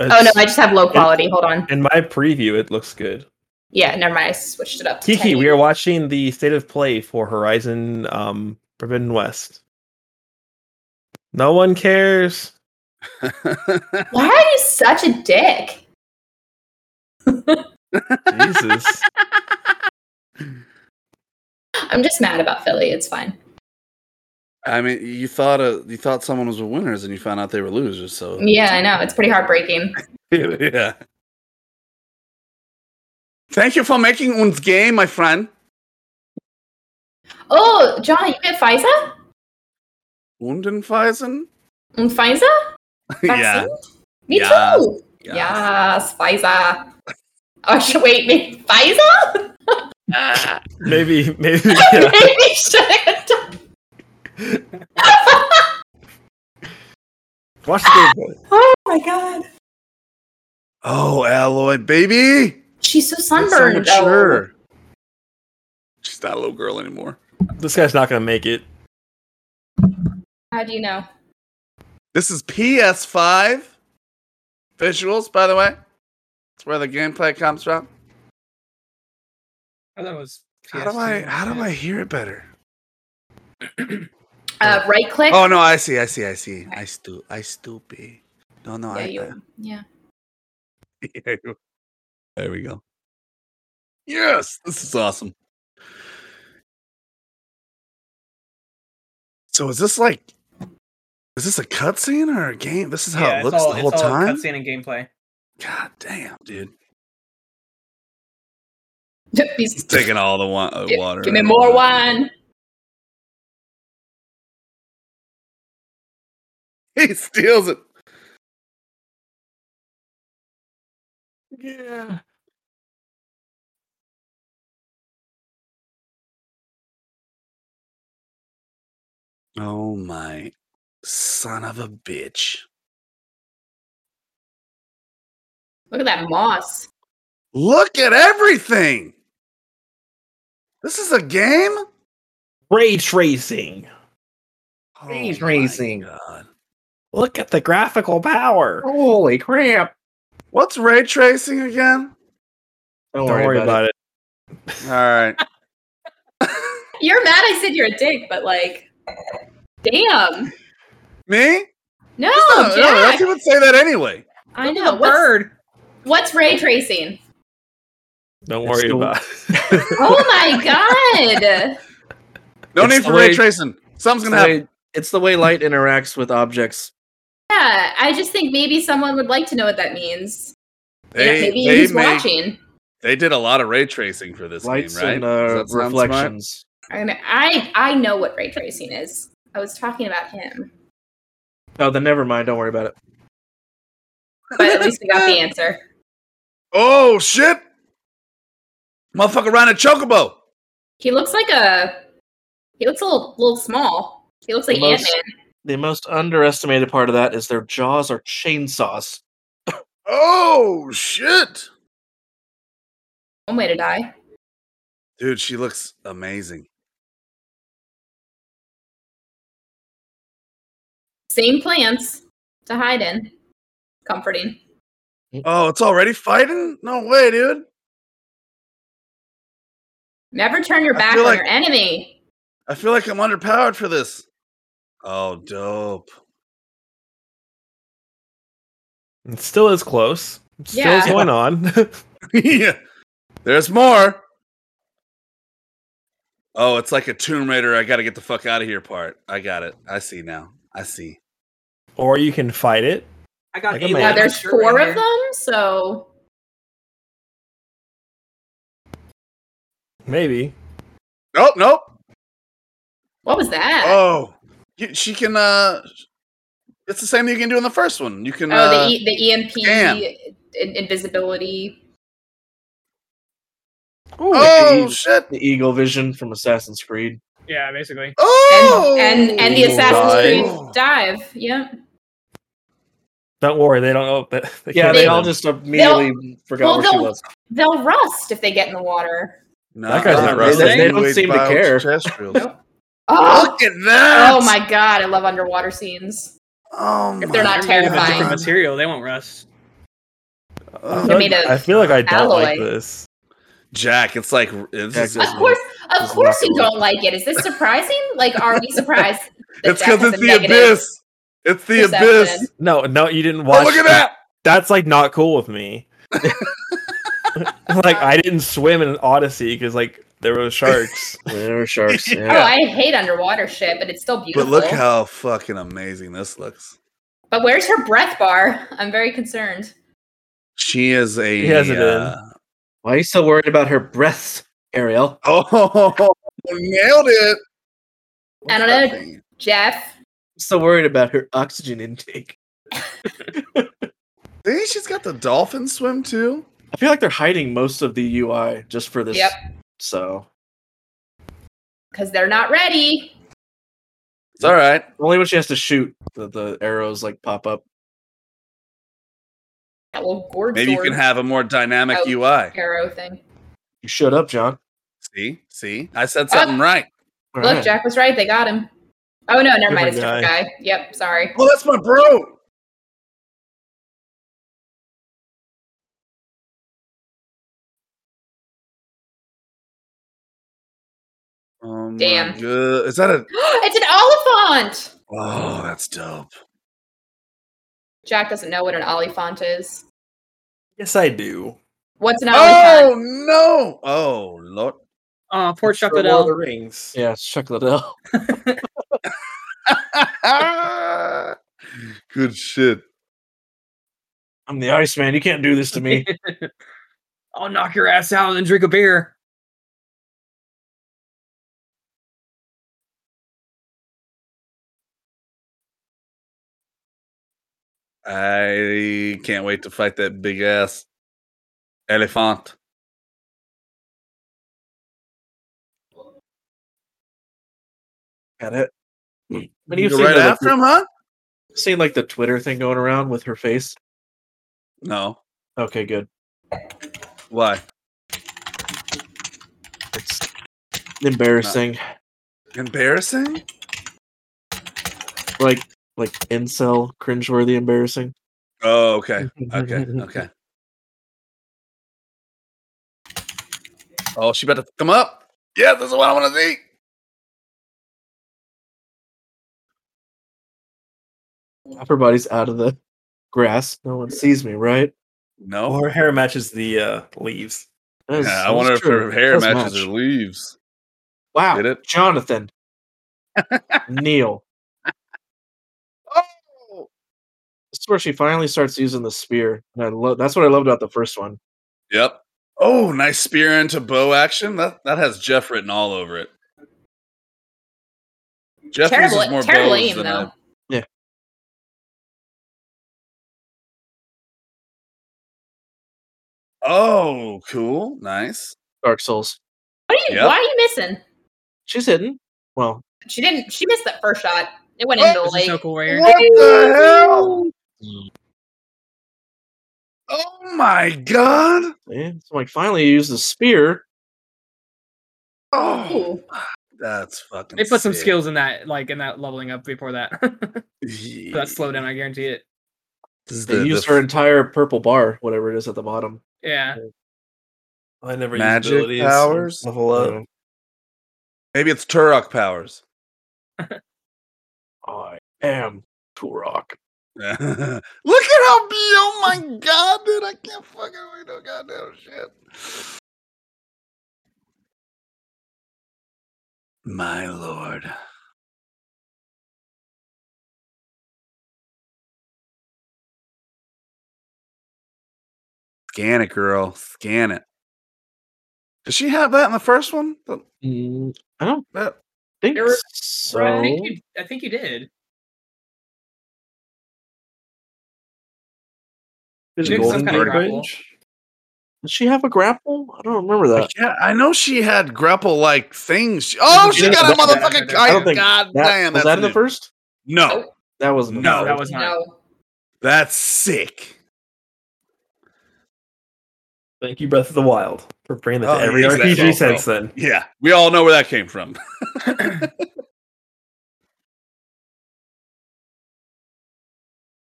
Oh no, I just have low quality. Hold on.
in my preview, it looks good.
Yeah, never mind. I switched it up. To
Kiki,
10.
we are watching the state of play for Horizon um, Forbidden West. No one cares.
Why are you such a dick?
Jesus.
I'm just mad about Philly. It's fine.
I mean, you thought uh you thought someone was winners, and you found out they were losers. So
Yeah, I know. It's pretty heartbreaking.
yeah. Thank you for making uns gay, my friend.
Oh, John, you get Pfizer?
Undenfeisen?
And Pfizer?
yeah.
Mm, Vaccine? Me
Yeah.
too.
yeah.
Yes, Pfizer. Oh, should wait, me Pfizer?
maybe, maybe. Yeah.
Maybe shouldn't.
Watch the gameplay.
Oh my god.
Oh, Alloy, baby.
She's so
You're so
sunburned. Oh, though.
mature. She's not a little girl anymore.
This guy's not going to make it.
oh. How do you know?
This is PS5 visuals, by the way. That's where the gameplay comes from.
I thought it was.
How do
PS2.
I how do I hear it better?
Uh, right click.
Oh no, I see, I see, I see. I stu I stupid. No, no,
yeah,
I,
you, yeah.
I There we go. Yes, this is awesome. So is this like is this a cutscene or a game? This is how
yeah,
it
it's
looks
all,
the whole
it's all
time.
Cutscene and gameplay.
God damn, dude.
He's-
He's taking all the wa- uh,
Gi-
water.
Give me more wine.
He steals it.
Yeah.
Oh my son of a bitch.
Look at that moss.
Look at everything. This is a game?
Ray tracing.
Oh
He's
my
racing.
God.
Look at the graphical power.
Holy crap.
What's ray tracing again?
Don't
Don't,
worry, about, it.
All right.
You're mad I said you're a dick, but like, damn.
Me?
No,
no, no,
Jack.
that's who would say that anyway.
I know. What's,
Bird.
what's ray tracing?
Don't
It's
worry
still-
about it.
Oh my god.
No
It's
need
the
for ray
way-
tracing. Something's
It's
gonna
the,
happen.
way, it's the way light interacts with objects.
Yeah, I just think maybe someone would like to know what that means. You know,
They,
maybe
they
he's
make-
watching.
they did a lot of ray tracing for this
Lights
game, right?
and
Does
uh,
that sound smart?
reflections.
I mean, I I know what ray tracing is. I was talking about him,
Oh, then never mind. Don't worry about it.
but at least we got the answer.
Oh shit! Motherfucker ran a chocobo.
He looks like a he looks a little, little small. He looks like Ant
Most-
Man.
The most underestimated part of that is their jaws are chainsaws.
Oh shit!
One way to die.
Dude, she looks amazing.
Same plants to hide in. Comforting.
Oh, it's already fighting? No way, dude.
Never turn your
I
back
feel
on
like-
your enemy.
I feel like I'm underpowered for this. Oh, dope.
It still is close. It Still
Yeah.
is going on.
yeah. There's more. Oh, it's like a Tomb Raider. I got to get the fuck out of here part. I got it. I see now. I see.
or you can fight it.
I got
Like a
a
man.
Yeah,
Yeah,
there's four of them, so
Maybe.
Nope, nope.
what was that?
Oh, you, she can. uh It's the same thing you can do in the first one. You can.
Oh,
uh,
the, e- the EMP
damn.
in- invisibility.
Ooh,
oh
the, e-
shit!
the eagle vision from Assassin's Creed.
Yeah, basically.
Oh,
and and, and the Assassin's Creed
dive.
dive. Yep.
Don't worry, they don't know. They, they
Yeah,
can't
they
do
all
them.
just immediately
well,
forgot where she
they'll-
was.
They'll rust if they get in the water.
No,
That guy's not
rusty. They don't seem to care.
Look
Oh,
at that!
oh my god, I love underwater scenes.
Oh
If they're
my
not
They're made of a
terrifying.
different material. They won't rust.
I
God.
feel, like,
made a
I feel like I don't like
alloy.
this.
Jack, it's like it's,
Jack
it's,
Of
This is-
course, of
this is
course
not
you
gonna
don't like it. Is this surprising? Like, are we surprised? that
it's
Jack
because
has
it's
a
the
negative
abyss. It's the abyss.
perception?
No, no, you didn't watch.
Oh, look at that!
That's like not cool with me. like I didn't swim in Odyssey because like there were sharks.
There are sharks.
Yeah.
Oh,
Yeah.
I hate underwater shit, but it's still beautiful.
But look how fucking amazing this looks.
But where's her breath bar? I'm very concerned.
She is a.
has it in.
uh,
Why are you so worried about her breath, Ariel?
oh, nailed it!
I don't know. Jeff,
So worried about her oxygen intake.
See, she's got the dolphin swim too.
I feel like they're hiding most of the UI just for this.
Yep.
So
because they're not ready.
It's all right.
only when she has to shoot, the, the arrows like pop up.
That little gourd
Maybe you
sword
can have a more dynamic
Oh.
UI.
arrow thing.
You shut up, John.
See, see, I said
Ah!
something right.
All
Look,
right.
Jack was right. They got him. Oh no, never mind. It's a
Different
different guy. Yep, sorry.
Well, Oh, that's my bro. Oh my
Damn.
Good. Is that a?
it's an olifant.
Oh, that's dope.
Jack doesn't know what an olifant is.
yes, I do.
What's an olifant?
Oh no! Oh lord.
Oh, poor
For
chocolate
Lord of the
elf.
Rings.
Yeah, it's Chuck Liddell.
Ah, good shit.
I'm the Iceman. You can't do this to me.
I'll knock your ass out and drink a beer.
I can't wait to fight that big ass elephant.
Got it. But
You
you've
go
seen,
right
that-
after him, huh?
seen like the Twitter thing going around with her face.
No.
Okay, good.
Why?
It's embarrassing.
Embarrassing?
Like like incel, cringeworthy, embarrassing.
Oh, okay. Okay. Okay. Oh, she about to come up? Yeah, this is what I want to see.
Upper body's out of the grass. No one sees me, right?
No.
Well, Oh, her hair matches the uh, leaves.
That's-
Yeah, I
that's
wonder if
true.
her hair
Does
matches
match.
her leaves.
Wow,
Did it?
Jonathan, Neil.
Oh,
This is where she finally starts using the spear, and I love. That's what I loved about the first one.
Yep. Oh, nice spear into bow action. That that has Jeff written all over it. Jeff
terrible,
uses more
terrible
bows
aim
than
though.
I- Oh, cool. Nice.
Dark Souls.
What are you?
Yep.
Why are you missing?
She's hidden. Well,
She didn't. She missed that first shot. It went
Oh,
into the
This is
lake.
so cool right here.
What the hell? Oh my god.
yeah, eh, so like finally, you use the spear.
Oh,
Ooh.
that's fucking.
They put some
sick.
skills in that, like in that leveling up before that.
Yeah.
that slowdown, I guarantee it.
This is
They
the-
used
the
her entire purple bar, whatever it is at the bottom.
Yeah.
I never
Magic
use abilities.
powers? Oh.
Level up.
Um,
Maybe it's Turok powers.
I am Turok.
Look at how be oh my god, dude! I can't fucking wait no goddamn shit. My lord. Scan it, girl. Scan it. Does she have that in the first one? Th-
Mm, I don't
that-
think
You're-
so.
Right, I, think you, I think you did.
Is it
Maybe some
golden
kind of
guard?
grapple.
Does she have a grapple? I don't remember
I,
that.
can't- I know she had grapple like things. She- oh, she got a
That- that-
motherfucking
I
don't
kite.
think
God
That,
damn.
was
that's
that in the
new.
first?
No.
Nope.
That wasn't. in the
No.
first.
That was not.
No.
That's sick.
Thank you, Breath of the Wild, for bringing that
Oh,
to every
yeah,
RPG
exactly.
since then.
Yeah, we all know where that came from.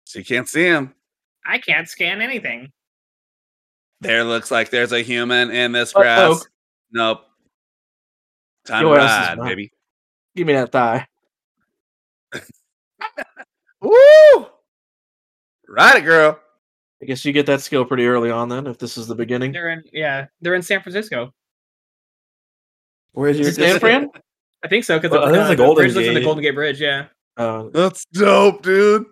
so you can't see him.
I can't scan anything.
There looks like there's a human in this
Uh-oh.
grass. Nope. Time
Your
to
ass is
ride,
mine.
baby.
Give me that thigh.
Woo! Ride it, girl.
I guess you get that skill pretty early on then. If this is the beginning.
They're in yeah, they're in San Francisco.
Where's your
Is it San Fran?
I think so because
Well, I think it's the Golden
bridge looks in the
Gate.
Golden Gate Bridge. Yeah,
Uh,
That's dope, dude.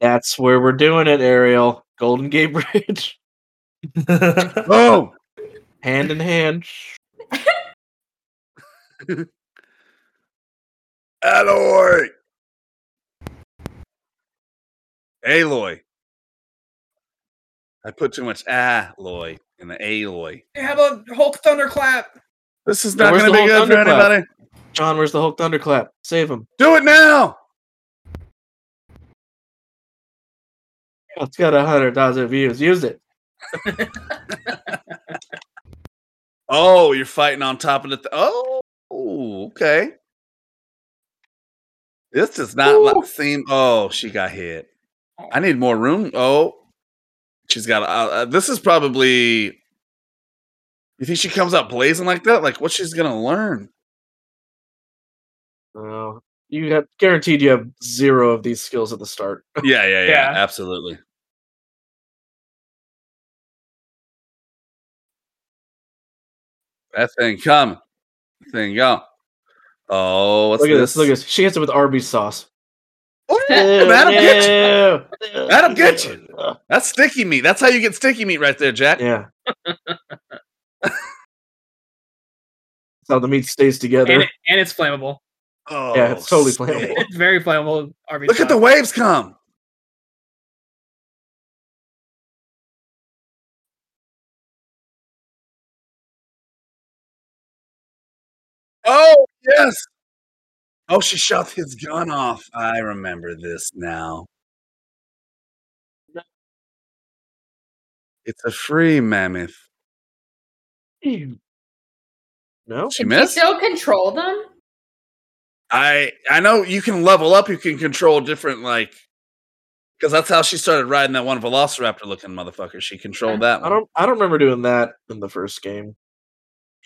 that's where we're doing it, Ariel. Golden Gate Bridge,
Boom.
hand in hand.
Aloy. Aloy. I put too much Aloy in the Aloy.
they have a Hulk thunderclap.
This is
Yeah,
not
where's
going to
the
be
whole
good for
thunderclap?
anybody.
John, where's the Hulk thunderclap? Save him.
Do it now.
It's got a hundred thousand views. Use it.
Oh, you're fighting on top of the. Th- oh, okay. This does not
Ooh.
like seem. Oh, she got hit. I need more room. Oh, she's got. Uh, uh, this is probably. You think she comes out blazing like that? Like what she's gonna learn?
No, Uh, you have guaranteed you have zero of these skills at the start.
Yeah, yeah, yeah,
Yeah.
absolutely. That thing coming. That thing go. Oh, what's
Look at
this?
this. Look at this. She hits it with Arby's sauce.
Oh, Adam Gitch.
Ew. Ew.
Adam Gitch. That's sticky meat. That's how you get sticky meat right there, Jack.
Yeah. That's how the meat stays
and,
together.
it, and it's flammable.
Oh,
Yeah, it's totally flammable.
sick.
It's very flammable. Arby's
Look at the
sauce.
waves come. Oh, yes. Oh, she shot his gun off. I remember this now. It's a free mammoth.
No?
She
Can you
missed?
still control them?
I I know you can level up, you can control different like because that's how she started riding that one velociraptor looking motherfucker. She controlled that
I
one.
don't I don't remember doing that in the first game.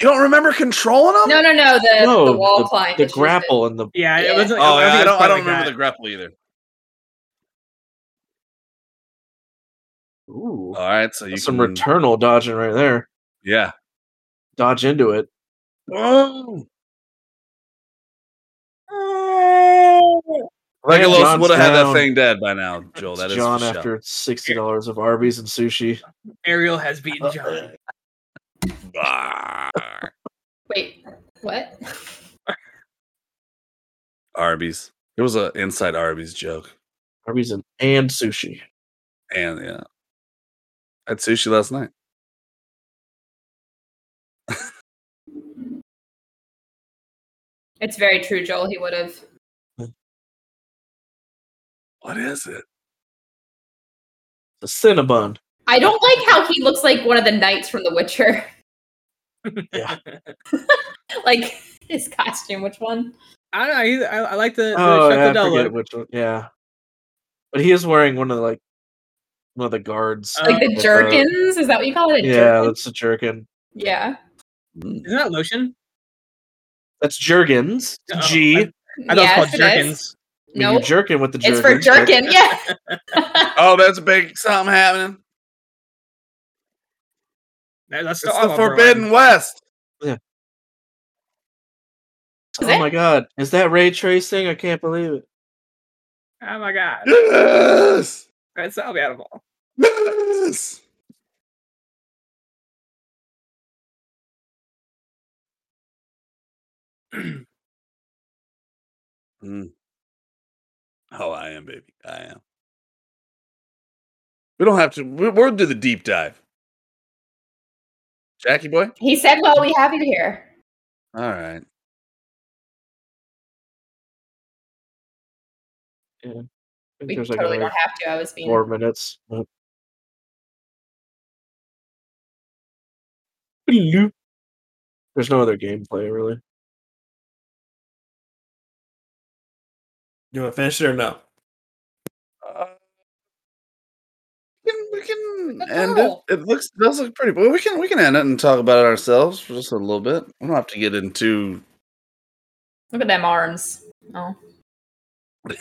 You don't remember controlling them?
No, no, no. The,
no,
the wall
the,
climb.
the
that she did.
grapple and the
Yeah,
Yeah.
it wasn't.
Oh,
I,
yeah, I
don't. think it was
don't. I
quite
don't
like
remember
that.
the grapple either.
ooh,
All right, so you
some
can-
returnal dodging right there.
Yeah.
Dodge into it.
Oh.
John's
Regulos would have had that
down.
thing dead by now, Joel.
It's
That is
John
for sure.
after sixty dollars of Arby's and sushi.
Ariel has beaten
Uh,
John.
Bah.
Wait, what?
Arby's. It was an inside Arby's joke,
Arby's and, and sushi.
and yeah, I had sushi last night.
It's very true, Joel. He would have.
What is it?
The Cinnabon.
I don't like how he looks like one of the knights from The Witcher.
Yeah.
like his costume. Which one?
I don't know. He's, I, I like the, the
Oh,
shut
yeah,
the
I
Dell
forget
look.
which one. Yeah, but he is wearing one of the, like one of the guards.
Uh,
Like the
with the-
jerkins? Is that what you call it? A
yeah,
Oh, jerkin?
that's a jerkin.
Yeah.
Isn't that lotion?
That's jerkins.
Oh,
G. I mean,
I thought
Yes,
it was called
it is. Uh,
jerkins.
No,
you jerkin with the jerkin.
it's for jerkin. Yeah.
Oh, that's a big something happening.
That- That's
It's
all
the
over
Forbidden
one.
West.
Is
oh
it?
my god, is that ray tracing? I can't believe it.
Oh my god,
Yes.
that's so beautiful.
Yes. Mm. Oh, I am, baby. I am. We don't have to. we- We'll do the deep dive. Jackie boy.
he said, "Well, we have you here."
All right.
I think
We
there's
totally
like another
don't have to. I was being.
four minutes. but- There's no other gameplay really.
You want to finish it or no?
Uh, we can- we can
That's
end it.
all.
It looks does look pretty. Well, we can we can end it and talk about it ourselves for just a little bit. We don't have to get into
Look at them arms. Oh,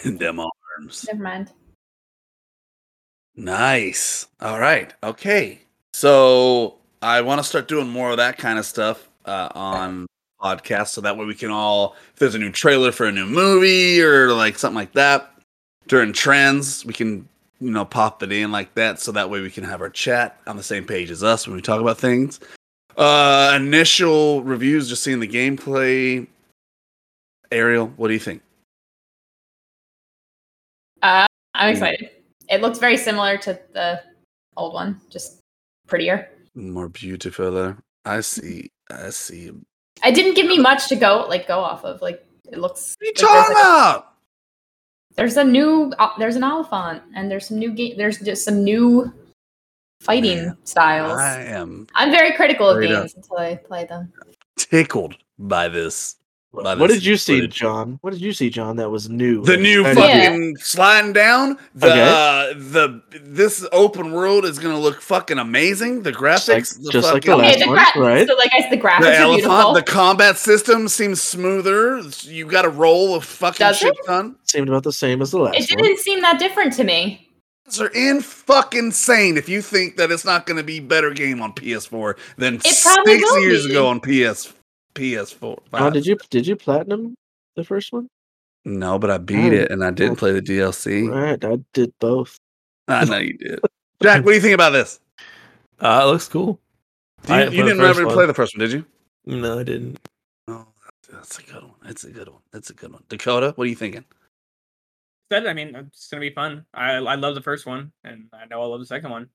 them arms.
never mind.
Nice. All right. Okay. So I want to start doing more of that kind of stuff uh, on podcasts, so that way we can all, if there's a new trailer for a new movie or like something like that, during trends, we can you know pop it in like that, so that way we can have our chat on the same page as us when we talk about things. Uh, initial reviews, just seeing the gameplay. Ariel, what do you think?
Uh, I'm
Hmm.
excited. It looks very similar to the old one, just prettier.
More beautiful. I see. I see. What
It didn't give me much to go like go off of. Like it looks.
are you
like there's,
talking
like,
about?
there's a new. Uh, there's an Oliphant, and there's some new game. There's just some new fighting
Man,
styles.
I am
I'm very critical of
Straight up.
games until I play them.
tickled by this.
What,
By
what
this
did you see,
footage.
John? What did you see, John? That was new.
The
and
new
exciting?
Yeah.
fucking sliding down. The
Okay.
uh, the this open world is gonna look fucking amazing. The graphics,
Just like-
the
just like the
fucking-
last
Okay, the
one,
gra-
right?
so like I said, the graphics
the
are beautiful.
elephant, the combat system seems smoother. You got a roll of fucking
Does
shit ton.
Seemed about the same as the last
it
one.
didn't seem that different to me.
They're in fucking sane if you think that it's not gonna be better game on PS4 than
It probably
six
will
years
be.
ago on PS PS4.
John, did you did you platinum the first one?
No, but I beat it and I did
Oh.
play the DLC.
All right, I did both.
I know you did. Jack, what do you think about this?
Uh, it looks cool.
Do you,
I
you
didn't play the
didn't
first
ever
one.
play the first one, did you?
No, I didn't.
Oh, that's a good one. That's a good one. That's a good one. Dakota, what are you thinking?
Said, I mean, it's gonna be fun. I I love the first one, and I know I love the second one.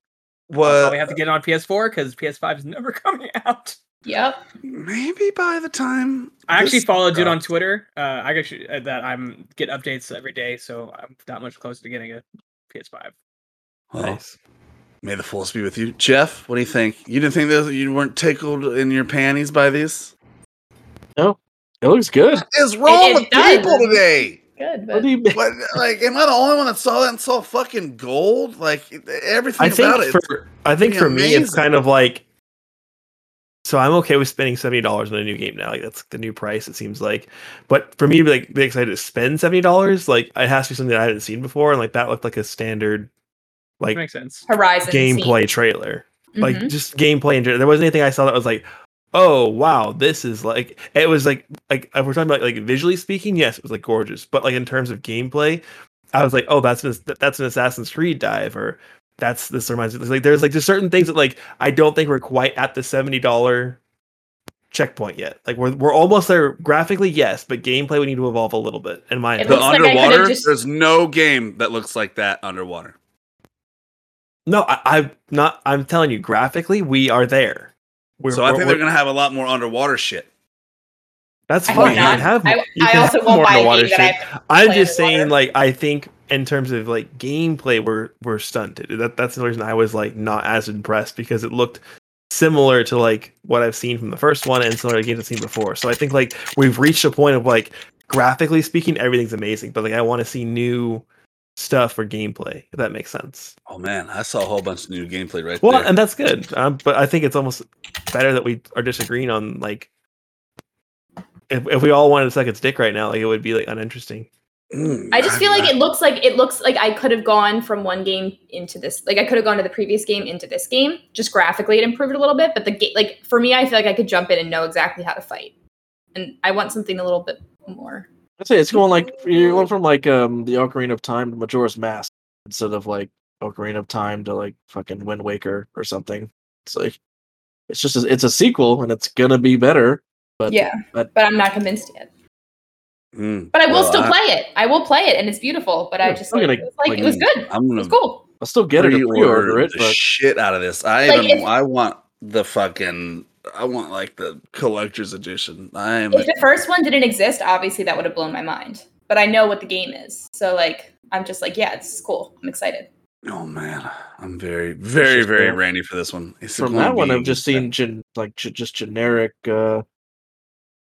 I'll
Well,
probably have to get it on PS4 because PS5 is never coming out.
Yep.
maybe by the time
I actually
this-
follow a dude on
sucks.
Twitter. Uh, I actually uh, that I'm get updates every day, so I'm that much closer to getting a PS5.
Well,
Nice.
May the force be with you, Jeff. What do you think? You didn't think that you weren't tickled in your panties by these?
It looks good.
What is wrong
it
with
does.
people today?
Good.
What
But
do you mean?
What, like, am I the only one that saw that and saw fucking gold? Like everything
I
about
think
it.
for I think
pretty
for me it's
amazing.
kind of like so I'm okay with spending seventy dollars on a new game now. Like that's the new price, it seems like. But for me to be like be excited to spend seventy dollars, like it has to be something that I hadn't seen before, and like that looked like a standard like
makes sense.
Horizon scene.
gameplay trailer. Like
Mhm.
just gameplay in general. There wasn't anything I saw that was like, oh wow, this is like it was like like if we're talking about like visually speaking, yes, it was like gorgeous. But like in terms of gameplay, I was like, oh, that's an, that's an Assassin's Creed dive, or that's this reminds me like there's like just certain things that like I don't think we're quite at the seventy dollar checkpoint yet. Like we're we're almost there graphically, yes, but gameplay we need to evolve a little bit. In my
It
the
opinion.
looks like I could've
underwater,
just-
there's no game that looks like that underwater.
no, I, I'm not. I'm telling you, graphically we are there. We're,
so I think
we're- we're-
they're gonna have a lot more underwater shit.
That's
I
fine.
hope
You can
not.
have.
I,
you
I
can
also
have
won't
more
buy a game
underwater
that I
shit.
have to
I'm
play
just saying,
underwater.
like, I think in terms of like gameplay, we're we're stunted. That that's the reason I was like not as impressed because it looked similar to like what I've seen from the first one and similar to games I've seen before. So I think like we've reached a point of like graphically speaking, everything's amazing, but like I want to see new stuff for gameplay. If that makes sense.
Oh man, I saw a whole bunch of new gameplay right
Well,
there.
and that's good. Um, but I think it's almost better that we are disagreeing on like if, if we all wanted to suck its dick right now, like it would be like uninteresting.
Mm,
I just feel
I'm
like it looks like it looks like I could have gone from one game into this. Like I could have gone to the previous game into this game. Just graphically, it improved a little bit, but the game, like for me, I feel like I could jump in and know exactly how to fight. And I want something a little bit more.
I'd say it's going like you went from like um the Ocarina of Time to Majora's Mask instead of like Ocarina of Time to like fucking Wind Waker or something. It's like it's just a, it's a sequel and it's gonna be better. But
yeah,
but-
but, I'm not convinced yet.
Mm,
But I will
well,
still
I-
play it. I will play it, and it's beautiful. But I
Yeah,
just
I'm
like,
gonna-
it was like it was
like,
good. It
I'm
was
gonna
cool.
I'll still get it to pre-order
pre-order
it.
the
But
shit out of this. I
Like,
even
if-
I want the fucking I want like the collector's edition. I am
If the first one didn't exist, obviously that would have blown my mind. But I know what the game is, so like I'm just like, yeah, this is cool. I'm excited.
oh man, I'm very very
just
very
cool.
randy for this one. It's
from
going
that one, I've
being-
just seen gen- like ge- just generic uh,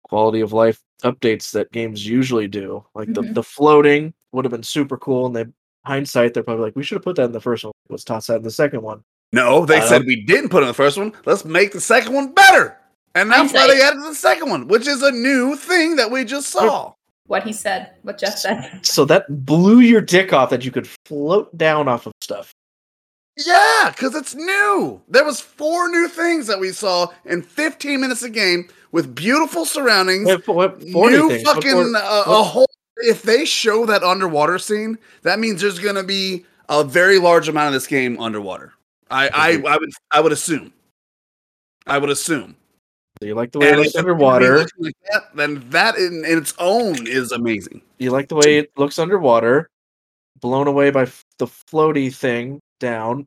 quality of life updates that games usually do. Like the,
Mhm.
the floating would have been super cool, and they hindsight they're probably like we should have put that in the first one. Let's toss that in the second one.
No, they
I
said
don't-
we didn't put in the first one. Let's make the second one better. And that's why they added the second one, which is a new thing that we just saw.
What he said, what Jeff said.
So that blew your dick off that you could float down off of stuff.
Yeah, because it's new. There was four new things that we saw in 15 minutes a game with beautiful surroundings.
What, what, four
new
things, what
fucking
more-
uh, a
what-
whole. If they show that underwater scene, that means there's gonna be a very large amount of this game underwater. I I, I would I would assume. I would assume.
so you like the way it
And
looks
if it's gonna be
underwater.
looking Like that, then that in, in its own is amazing.
You like the way it looks underwater. Blown away by f- the floaty thing down.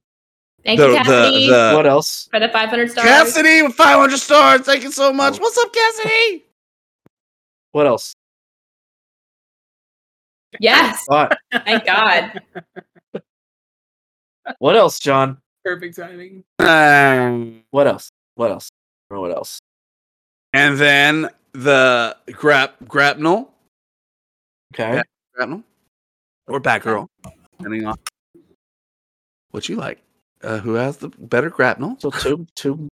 Thank you, Cassidy,
what else?
for the 500 stars.
Cassidy with 500 stars. Thank you so much.
Oh.
What's up, Cassidy?
What else?
Yes,
Thought.
thank God.
What else, John?
Perfect timing.
Um,
What else? What else? Or what else?
and then the grap grapnel,
Okay.
Yeah. grapnel, or Batgirl, depending on what you like. Uh, who has the better grapnel?
So two, two,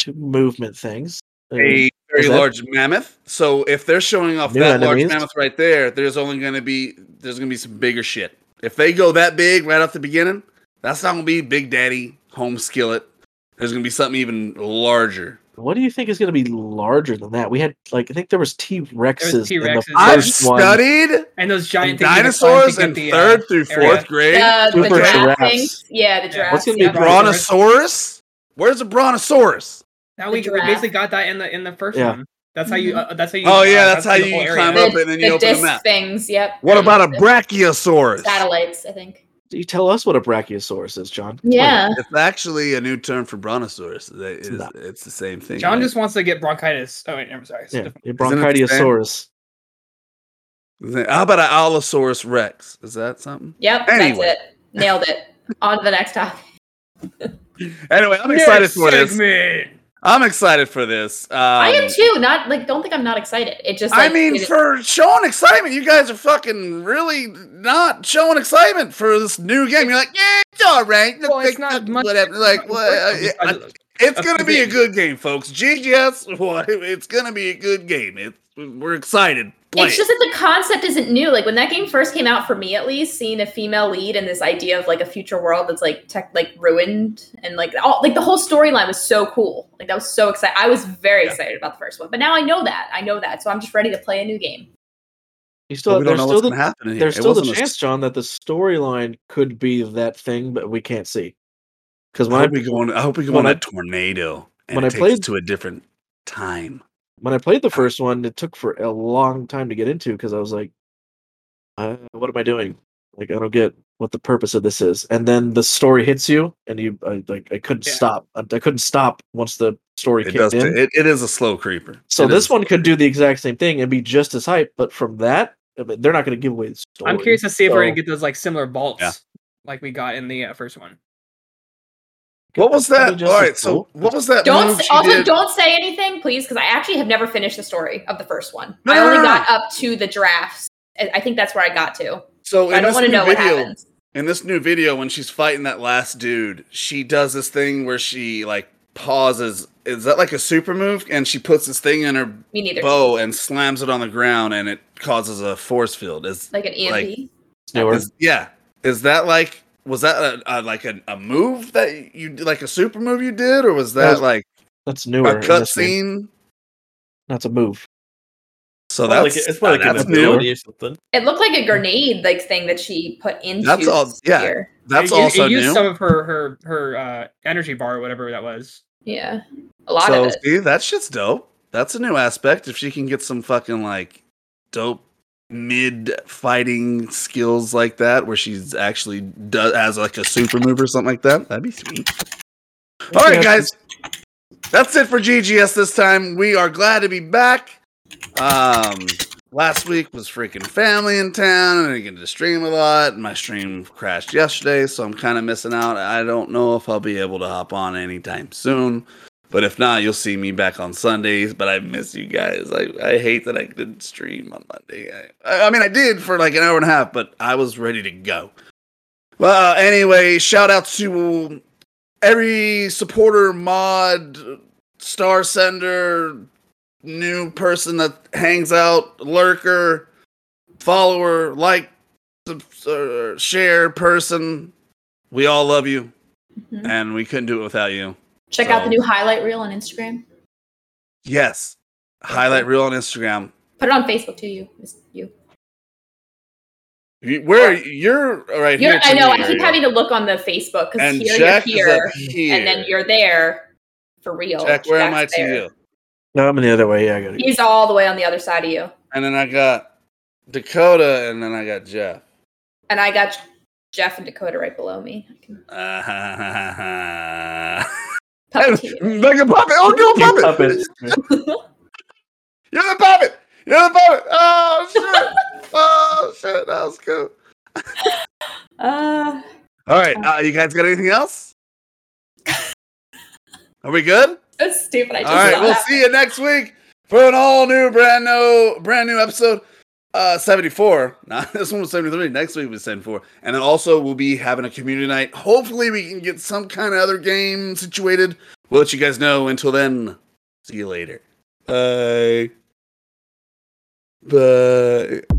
two movement things. Uh,
a very
Is that-
large mammoth. So if they're showing off
New
that large
enemies?
mammoth right there, there's only going to be there's going to be some bigger shit. If they go that big right off the beginning, that's not going to be Big Daddy home skillet. There's going to be something even larger.
What do you think is going to be larger than that? We had like I think there was T Rexes in the
T-Rexes.
I've
first one.
studied
And those giant things you get
dinosaurs in
climbed to get the, uh,
third through
area.
fourth grade.
The, Uh, the
Super
giraffe
giraffes.
things. Yeah, the
Yeah.
giraffe.
What's gonna be
yeah.
bronto-
Brontosaurus? Where's a brontosaurus?
Now we,
The
we
giraffe.
basically got that in the in the first
Yeah.
one. That's how you. Uh, that's how you.
Oh
uh,
yeah, that's how
the
you
whole area.
climb up and then you
the
open the
disc
map.
things. Yep.
What about a
The
brachiosaurus?
satellites? I think.
You tell us what a brachiosaurus is, John. Come on.
Yeah.
It's actually a new term for brontosaurus. It is-
not.
it's the uh, same thing.
John
right?
just wants to get bronchitis. Oh wait, I'm sorry. It's
yeah,
different.
your
the same?
bronchiosaurus.
How about an Allosaurus Rex? Is that something?
Yep.
Anyway.
That's it. Nailed it. On to the next topic.
Anyway, I'm excited
Next
for this.
segment.
I'm excited for this. Um,
I am too. Not like don't think I'm not excited. It just.
I
like,
mean,
it-
for showing excitement, you guys are fucking really not showing excitement for this new game. You're like, yeah, it's all right.
Well,
Like,
it's not much.
whatever. Like, what? uh,
I-
It's
That's
gonna
the
be a
game.
good game, folks. GGS, what? It's gonna be a good game. It, we're excited. Play
It's
it.
just that the concept isn't new. Like when that game first came out, for me at least, seeing a female lead and this idea of like a future world that's like tech, like ruined, and like all like the whole storyline was so cool. Like that was so exciting. I was very
Yeah.
excited about the first one, but now I know that. I know that, so I'm just ready to play a new game.
You still
But we
there's
don't know what's
still
gonna
the,
happen. in here.
there's
It
still the
wasn't a-
chance, John, that the storyline could be that thing, but we can't see. Because
I
when I
hope we go on. I hope we go
when
on
I-
a tornado. And
when
it
I
takes us
played-
to a different time.
when I played the first one, it took for a long time to get into because I was like, uh, "What am I doing? Like, I don't get what the purpose of this is." And then the story hits you, and you I, like I couldn't
Yeah.
stop. I, I couldn't stop once the story
It
kicked
does.
in.
It, it is a slow creeper.
so
It
this
is.
one could do the exact same thing and be just as hype, but from that, I mean, they're not going to give away the story.
I'm curious to see if we're gonna
so-
get those like similar bolts
Yeah.
like we got in the uh, first one.
What was
Probably
that?
just
All
as
right. So
cool.
what was that?
Don't
move
s-
she
also
did?
don't say anything, please, because I actually have never finished the story of the first one.
No,
I
no,
only
no, no.
got up to the drafts. I I think that's where I got to.
So
I
in
don't
this
want to
new
know what
video,
happens.
in this new video, when she's fighting that last dude, she does this thing where she like pauses. Is that like a super move? And she puts this thing in her
Me neither.
bow and slams it on the ground and it causes a force field is,
Like an E EMP.
Newer.
is yeah is that like was that a, a, like a, a move that you did, like a super move you did or was that
was
like
that's
a
newer. in this
cutscene
game. That's a move.
so
Well,
that's
like, it's like
uh,
an
that's new
ability or something.
It looked like a grenade like thing that she put into.
That's all- yeah.
here.
that's
it, it-
also
it used
new
some of her her her uh, energy bar or whatever that was.
Yeah. A lot
so
of it.
see that shit's dope that's a new aspect if she can get some fucking like dope mid fighting skills like that where she's actually does has like a super move or something like that that'd be sweet All right, guys. That's it for GGS this time. We are glad to be back. Um, last week was freaking family in town, and I didn't get to stream a lot. My stream crashed yesterday, so I'm kind of missing out. I don't know if I'll be able to hop on anytime soon, but if not, you'll see me back on Sundays. But I miss you guys. I, I hate that I didn't stream on Monday. I, I mean, I did for like an hour and a half, but I was ready to go. Well, anyway, shout out to every supporter mod star sender new person that hangs out lurker follower like sub- uh, share person we all love you
Mhm.
and we couldn't do it without you
Check out the new highlight reel on Instagram.
yes highlight reel on instagram
Put it on Facebook too. You, Miss- you.
You- where you're right
You're,
here to
I know.
me,
I keep
Ariel.
having to look on the Facebook because
and
here
jack
you're
is
here,
up here
and then you're there for real.
jack where am i
Jack's
to
there.
you
No, I'm in the other way. Yeah, I got it.
He's all the way on the other side of you,
and then i got dakota and then i got jeff
and I got Jeff and Dakota right below me. I can puppeteer.
Make a puppet. Oh, you're a puppet. You're the puppet. You're the puppet. Oh, shit. oh, shit. That was cool.
uh,
All right. Uh, you guys got anything else? Are we good?
that's stupid. I just
All right.
saw
We'll
that.
see you next week for an all new, brand new, brand new episode. Uh, 74. Not this one was 73. Next week was 74. And then also we'll be having a community night. Hopefully we can get some kind of other game situated. We'll let you guys know. Until then, see you later. Bye. Bye.